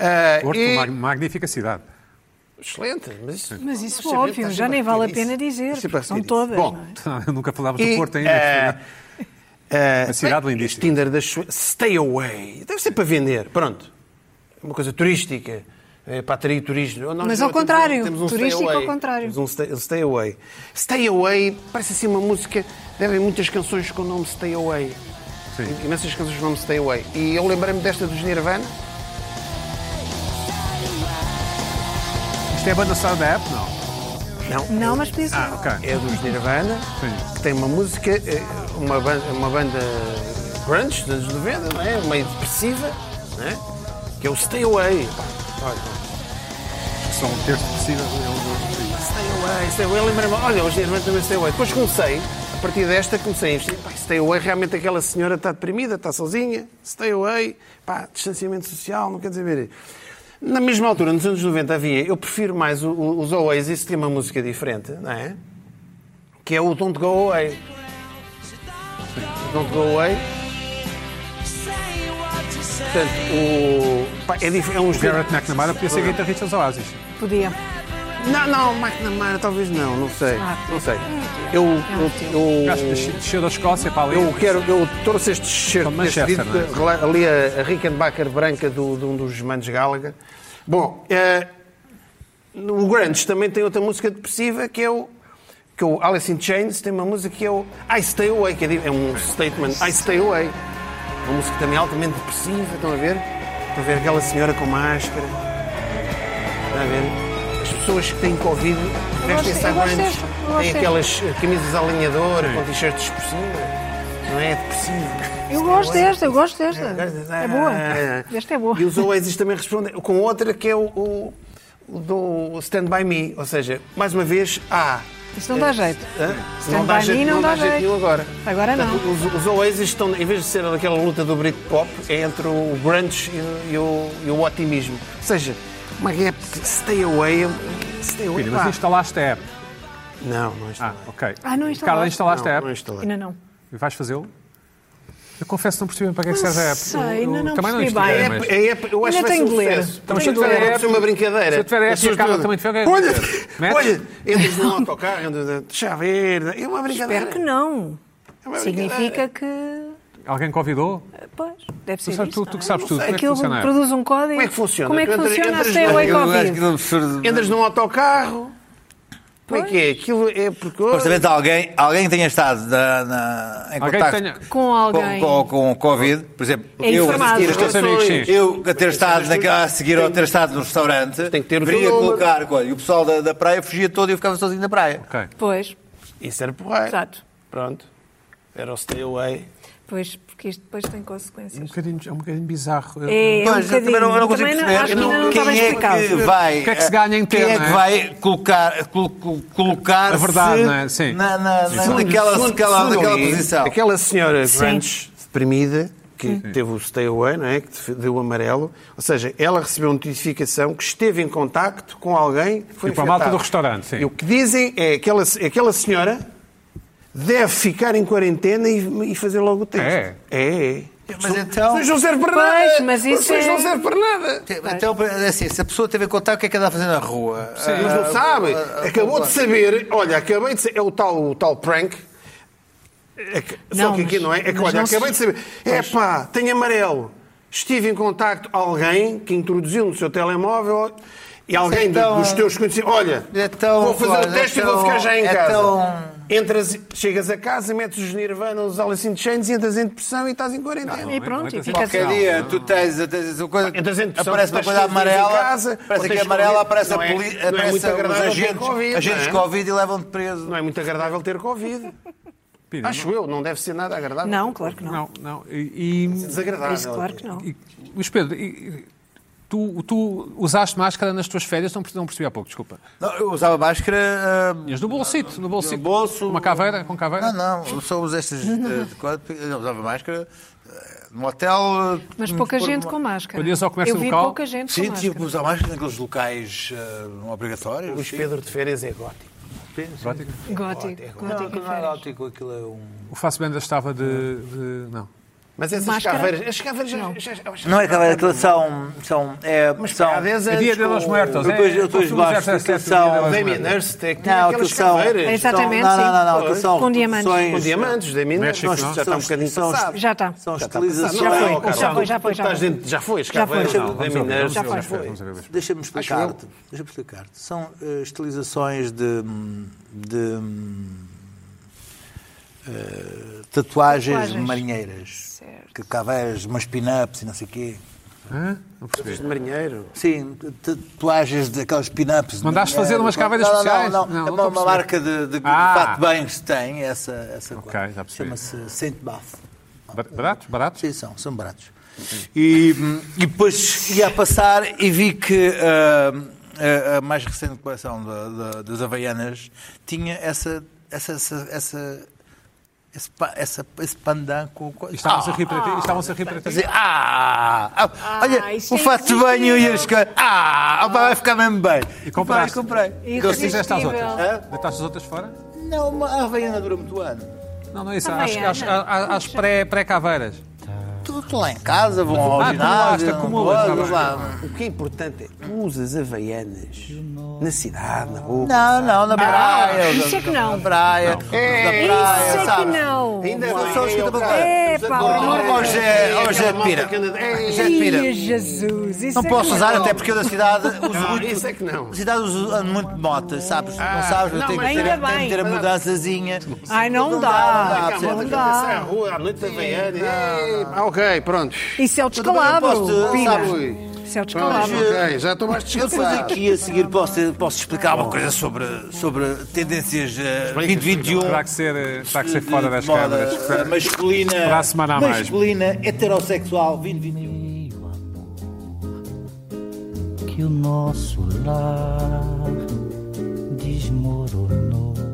S4: Ah,
S1: Porto,
S4: e-
S1: mag- magnífica cidade.
S4: Excelente, mas isso,
S3: Mas
S4: nós
S3: isso é
S4: sabemos,
S3: óbvio,
S4: está sempre
S3: já nem
S4: a
S3: vale a
S4: repetir
S3: pena
S4: isso.
S3: dizer,
S4: Está sempre a
S3: porque são
S4: repetir isso.
S3: todas,
S4: Bom,
S3: não é?
S1: Nunca falávamos
S4: E,
S1: do Porto é ainda.
S2: é.
S4: eh,
S1: Uma cidade
S4: Bem,
S1: lindíssima.
S4: este Tinder das Sué- Stay Away. Deve ser para vender, pronto. É Uma coisa turística. é para atrair turismo. Nós
S3: Mas
S4: não, um-
S3: ao contrário,
S4: stay
S3: turístico
S4: away.
S3: ao contrário.
S4: Temos um stay, stay Away. Stay Away parece assim uma música. Devem muitas canções com o nome Stay Away.
S1: Sim.
S4: Imensas canções com o nome Stay Away. E eu lembrei-me desta dos Nirvana.
S1: Isto é a banda sonora da app? Não.
S4: Não.
S3: Não, mas penso.
S1: Ah, ok.
S4: É dos Nirvana.
S1: Sim.
S4: que tem uma música, eh, uma banda, uma banda grunge dos anos 90, não é? meio depressiva, não é? que é o Stay Away. Pá, Olha,
S1: Só um terço possível. eu- eu-
S4: Stay Away, Stay Away, lembra-me, olha, os Nirvana também Stay Away. Depois comecei, a partir desta comecei a investir, pá, Stay Away, realmente aquela senhora está deprimida, está sozinha, Stay Away, pá, distanciamento social, não quer dizer ver. Na mesma altura, nos anos 90 havia, eu prefiro mais o- o- os Oasis, tinha uma música diferente, não é? Que é o Don't Go Away. Don't Go Away. Portanto, o. pá, é, dif- é um
S1: O Garrett McNamara podia ser guitarrista dos Oasis.
S3: Podia.
S4: Não, não, McNamara, talvez não, não sei.
S3: Ah,
S4: Não sei. Eu.
S1: O
S4: Eu,
S1: gajo
S4: eu,
S1: desce- desceu da Escócia para ali.
S4: eu quero. Eu trouxe este shirt
S1: Para
S4: deste
S1: Manchester,
S4: vídeo,
S1: não é?
S4: que rela- ali a, a Rickenbacker branca do, de um dos manos Gallagher. Bom, eh, o Grunge também tem outra música depressiva que é o. Que é o Alice in Chains tem uma música que é o I Stay Away, que é, di- é um statement. I Stay Away. Uma música também altamente depressiva, estão a ver? Estão a ver aquela senhora com máscara. Está a ver? As pessoas que têm Covid vestem-se à
S3: eu gosto
S4: grunge.
S3: deste, eu gosto
S4: Têm
S3: deste.
S4: aquelas eh, camisas alinhadoras com t-shirts por cima. Não é depressivo.
S3: Eu gosto desta, eu gosto desta.
S4: Ah,
S3: É boa. Esta é boa.
S4: E os Oasis também respondem com outra que é o, o, o do Stand By Me. Ou seja, mais uma vez, há. Eh,
S3: Isso não dá
S4: É.
S3: jeito.
S4: Hã?
S3: Stand By Me não dá jeito.
S4: nenhum agora.
S3: Agora não.
S4: Portanto, Os, os Oasis estão, em vez de ser aquela luta do Britpop, é entre o grunge e, o- e o, e o otimismo. Ou seja, uma gap stay away. Stay away
S1: Pina,
S4: pá.
S1: mas instalaste a app.
S4: Não, é não está.
S1: Ah, ok.
S3: Ah, não instalaste.
S1: Carla, instalaste a
S4: não,
S1: app.
S4: não instalei.
S3: Ainda não.
S1: E vais fazê-lo? Eu confesso que não percebi bem para que é que
S3: Não
S1: serve a app.
S3: sei,
S1: Eu- eu
S3: ainda não
S1: também não
S3: percebi
S4: A
S1: instalei,
S3: bem.
S1: mas...
S4: app, a app, eu acho que
S3: Ainda
S4: vai ser
S3: tenho
S4: um
S3: de ler.
S4: sucesso. Mas
S3: Tenho
S4: se
S3: de
S4: eu tiver
S3: ler.
S4: a app, é uma brincadeira.
S1: Se eu tiver a app,
S4: As
S3: assim,
S4: pessoas
S1: a Carla
S4: todas-
S1: também tiver, é-
S4: Olha,
S1: Metes?
S4: olha, entras num autocarro, andas a- deixa ver. É uma brincadeira.
S3: Espero que não.
S4: É uma brincadeira.
S3: Significa que.
S1: Alguém convidou?
S3: Pois, deve
S1: Tu,
S3: ser.
S1: sabes, tu,
S3: isto,
S1: tu que
S3: não é?
S1: sabes tudo. Como é que
S3: Aquilo
S1: funciona a app?
S3: produz um código.
S4: Como é que funciona?
S3: Como é que
S4: Tu entras-
S3: funciona a
S4: entras
S3: Stay
S4: no-
S3: Away
S4: Eu
S5: Eu acho que é
S3: Covid?
S5: um absurdo.
S4: Entras num autocarro. Como é que é? Aquilo é porque.
S2: Supostamente alguém, alguém tenha estado na, na, em
S1: Alguém
S2: contacto
S1: tenha-
S3: Com alguém.
S2: com, com, com Covid, por exemplo,
S3: É
S2: eu, a
S3: informado.
S2: seguir,
S1: Os teus amigos, sim.
S2: eu a ter estado naquela, a seguir ou a ter estado no restaurante,
S4: Tem que ter o
S2: viria
S4: teu número.
S2: colocar, olha, e o pessoal da, da praia fugia todo e eu ficava sozinho na praia.
S1: Ok.
S3: Pois,
S4: Isso era porra.
S3: exato.
S4: Pronto. Era o stay away.
S3: Pois, porque isto depois tem
S1: É um
S3: consequências.
S1: bocadinho, é um bocadinho bizarro.
S3: É,
S2: Pois,
S3: é um
S2: eu também não, eu não
S3: bocadinho.
S2: consigo
S3: Também
S2: perceber.
S3: acho que
S2: Eu
S3: ainda não
S2: quem
S3: estava explicado.
S2: é que vai,
S1: O que é que se ganha em ter,
S2: Quem
S1: não
S2: é que
S1: é?
S2: vai colocar, col- col- colocar
S1: A verdade, não é? Sim.
S2: na, na, na,
S4: Segundo-
S2: naquela,
S4: segundo-
S2: naquela,
S4: segundo
S2: naquela
S4: ali,
S2: posição.
S4: Aquela senhora
S3: Sim.
S4: Grange deprimida, que teve o stay away, não é? que te- deu o amarelo, ou seja, ela recebeu notificação que esteve em contacto com alguém que foi
S1: E para Tipo a malta
S4: infectado.
S1: do restaurante, sim.
S4: E o que dizem é que aquela, aquela senhora deve ficar em quarentena e, e fazer logo o teste.
S1: É.
S4: É, é.
S2: Mas então,
S4: Mas não serve para
S3: Pois,
S4: nada.
S3: mas isso
S4: Vocês
S3: é-
S4: não serve para nada.
S2: então é assim, se a pessoa teve contato, o que é que anda a fazer na rua? Ah,
S4: Sim, mas não sabe. Acabou de saber. Olha, acabei de saber. É o tal, o tal prank. É que-
S3: Não,
S4: Só que aqui
S3: mas-
S4: não é. É que,
S3: mas
S4: olha,
S3: não
S4: acabei
S3: se-
S4: de saber. É pá, tem amarelo. Estive em contacto com alguém que introduziu no seu telemóvel e
S3: é
S4: alguém do-
S2: então,
S4: dos teus conhecidos. Olha,
S2: então,
S4: vou fazer o
S2: Cláudio,
S4: teste e vou
S2: então,
S4: ficar já em
S3: é
S2: então-
S4: casa. Entras, chegas a casa, metes os Nirvana, os Alice in Chains, entras em depressão e estás em quarentena.
S3: E pronto, e
S1: Não, é
S3: fica
S2: Qualquer
S1: não,
S3: assim.
S2: dia, tu tens, tens uma coisa.
S4: Então, gente, são
S2: Aparece uma
S4: pessoas
S2: coisa
S4: que vivem em
S2: amarela.
S4: casa,
S2: aparece
S4: ou
S2: aqui
S4: tens
S2: amarela,
S4: Covid.
S2: aparece, a
S4: Não é-
S2: poli-
S4: não é
S2: aparece
S4: muito
S2: os
S4: agradável ter
S2: agentes,
S4: Covid,
S2: agentes
S4: não é?
S2: Covid e levam-te preso.
S4: Não é muito agradável ter Covid.
S1: Pina,
S4: Acho eu, não deve ser nada agradável.
S3: Não, claro que não.
S1: Não, não. E, e-
S4: Desagradável.
S3: Isso, claro que não.
S1: e- Luís Pedro, e- e- tu, tu usaste máscara nas tuas férias? Não, perce- não percebi há pouco, desculpa.
S2: Não, eu usava máscara. ah,
S1: Tinhas no bolsito, no bolsito.
S2: No bolso.
S1: Uma caveira, com caveira?
S2: não, não, eu só uso estas. eh, de quatro, eu não usava máscara. eh, No hotel. eh,
S3: Mas
S2: muito
S3: pouca
S2: por-
S3: gente com máscara.
S1: Olhias ao comércio
S3: Eu vi
S1: local?
S3: pouca gente com
S2: Sim, tive que
S3: máscara.
S2: usar máscara naqueles locais eh, não obrigatórios.
S4: Luís
S2: sim.
S4: Pedro de férias é gótico.
S1: Prático.
S3: Gótico,
S2: Não,
S3: gótico.
S2: aquilo não é gótico, aquilo é um.
S1: O Fassbender estava de, de- Não.
S4: Mas essas
S3: Máscara?
S4: caveiras, as caveiras
S3: Não.
S4: já- já- já-
S2: Não é aquela, aquilo são. são é, são
S4: há 10
S1: É
S4: anos
S1: dia de
S4: com-
S1: los muertos.
S2: Eu
S1: é?
S2: tô- eu tô
S1: O filme
S2: esbaixo,
S1: 007,
S2: atenção.
S1: Dia de
S4: O
S1: los
S4: Damien
S1: Muertos.
S4: Hirst é que tinha
S2: Não, aquilo
S4: aquelas
S2: são.
S4: caveiras
S3: Exato. É, Exatamente,
S2: são-
S3: sim.
S2: Não, não, não, não. Aquilo são.
S3: Com diamantes.
S4: com diamantes. Damien Hirst
S1: México,
S4: nós- já está um bocadinho
S2: são-
S4: passado.
S3: Já tá. está.
S2: São
S4: Já está passado.
S2: estilizações.
S4: Não,
S3: Já foi,
S4: não, Carlos,
S3: já foi, já
S4: tu
S3: foi, já
S4: estás
S3: foi.
S4: dentro- Já foi, as
S3: Já foi.
S4: caveiras.
S3: Não,
S4: não, é?
S1: Vamos
S4: Damien
S1: ouvir,
S4: Hirst.
S3: Já
S1: vamos
S3: foi.
S1: ouvir, vamos ouvir.
S2: Deixa-me explicar-te. Deixa-me explicar-te. São eh, estilizações de. de hum, eh, tatuagens,
S3: Tatuagens.
S2: marinheiras.
S3: Certo.
S2: Que caveiras, umas pin-ups e não sei o quê.
S1: Hã? Não percebi.
S4: De marinheiro.
S2: Sim, tatuagens daquelas pin-ups. de
S1: Mandaste fazer
S2: marinheiro.
S1: umas caveiras
S2: não, não,
S1: especiais?
S2: Não, não,
S1: Não, não
S2: É uma,
S1: estou a
S2: uma
S1: perceber.
S2: marca de, de, de
S1: Ah.
S2: fato banhos que tem essa, essa
S1: Ok,
S2: coisa.
S1: já percebi.
S2: Chama-se Saint Bath.
S1: Bar- Baratos, baratos?
S2: Sim, são, são baratos. E, hum, e depois ia a passar e vi que ah, a, a mais recente coleção da- da- das Havaianas tinha essa, essa, essa, essa, esse, pa- essa, esse pandan com
S1: E
S2: coisa.
S1: Estavam-se a rir para ti. e Estavam-se a rir para
S2: Quer
S1: ti.
S2: dizer, ah, ah, olha,
S3: isso
S2: o
S3: é
S2: fato de banho e as coisas. Ah, opa, vai ficar mesmo bem.
S1: E compraste?
S2: Vai, comprei.
S3: é
S2: assim,
S1: Depois fizeste às
S3: Irresistível.
S1: outras.
S2: Hã?
S1: Deitaste as outras fora?
S2: Não, uma a Havaiana dura muito ano.
S1: Não, não é isso. Às,
S3: Havaiana.
S1: às, às- às pré- pré-caveiras.
S2: Tudo lá em casa, vão ao
S1: Ah,
S2: ginásio.
S1: acumulas,
S2: vão-
S1: acumulas,
S2: vão lá.
S4: O que é importante é que tu usas havaianas na cidade, na rua.
S2: Não, não, na praia.
S3: isso é que não.
S2: Na praia. Na praia,
S3: Isso é que
S2: sabes?
S3: não.
S4: Ainda
S2: São
S4: bem,
S2: só os que
S4: eu-
S2: estão
S3: É, pá,
S2: Não, hoje é, hoje é de pira.
S4: Aquela malta que anda-
S2: Hoje é de pira.
S3: Ih, Jesus. isso
S2: Não
S3: é
S2: posso
S3: que
S2: usar, até porque eu da cidade uso
S4: Não,
S2: muito.
S4: isso é que não.
S2: A cidade uso, ando muito de moto, sabes? não sabes, eu tenho que
S3: mas
S2: ter,
S3: ainda
S2: tenho que ter a
S3: bem.
S2: mudançazinha.
S3: Ai, não, dá.
S2: dá,
S3: Não
S2: não
S3: dá.
S4: Sai assim à rua, à noite da Havaiana. Ei, ah, Ok, pronto.
S3: Isso é o
S2: também não
S3: descalabro.
S2: posso,
S3: Pina.
S4: sabe?
S3: Isso é o
S4: Pronto,
S3: descalabro.
S4: ok, já estou mais
S2: Eu depois
S4: descansado.
S2: aqui a seguir posso, posso explicar uma coisa sobre, sobre tendências eh, 2021.
S1: Terá que ser, eh, terá que ser
S2: de
S1: fora das
S2: moda,
S1: câmaras.
S2: eh, Masculina.
S1: Para a semana a mais.
S2: Masculina, heterossexual, 2021.
S6: que o nosso lar desmoronou.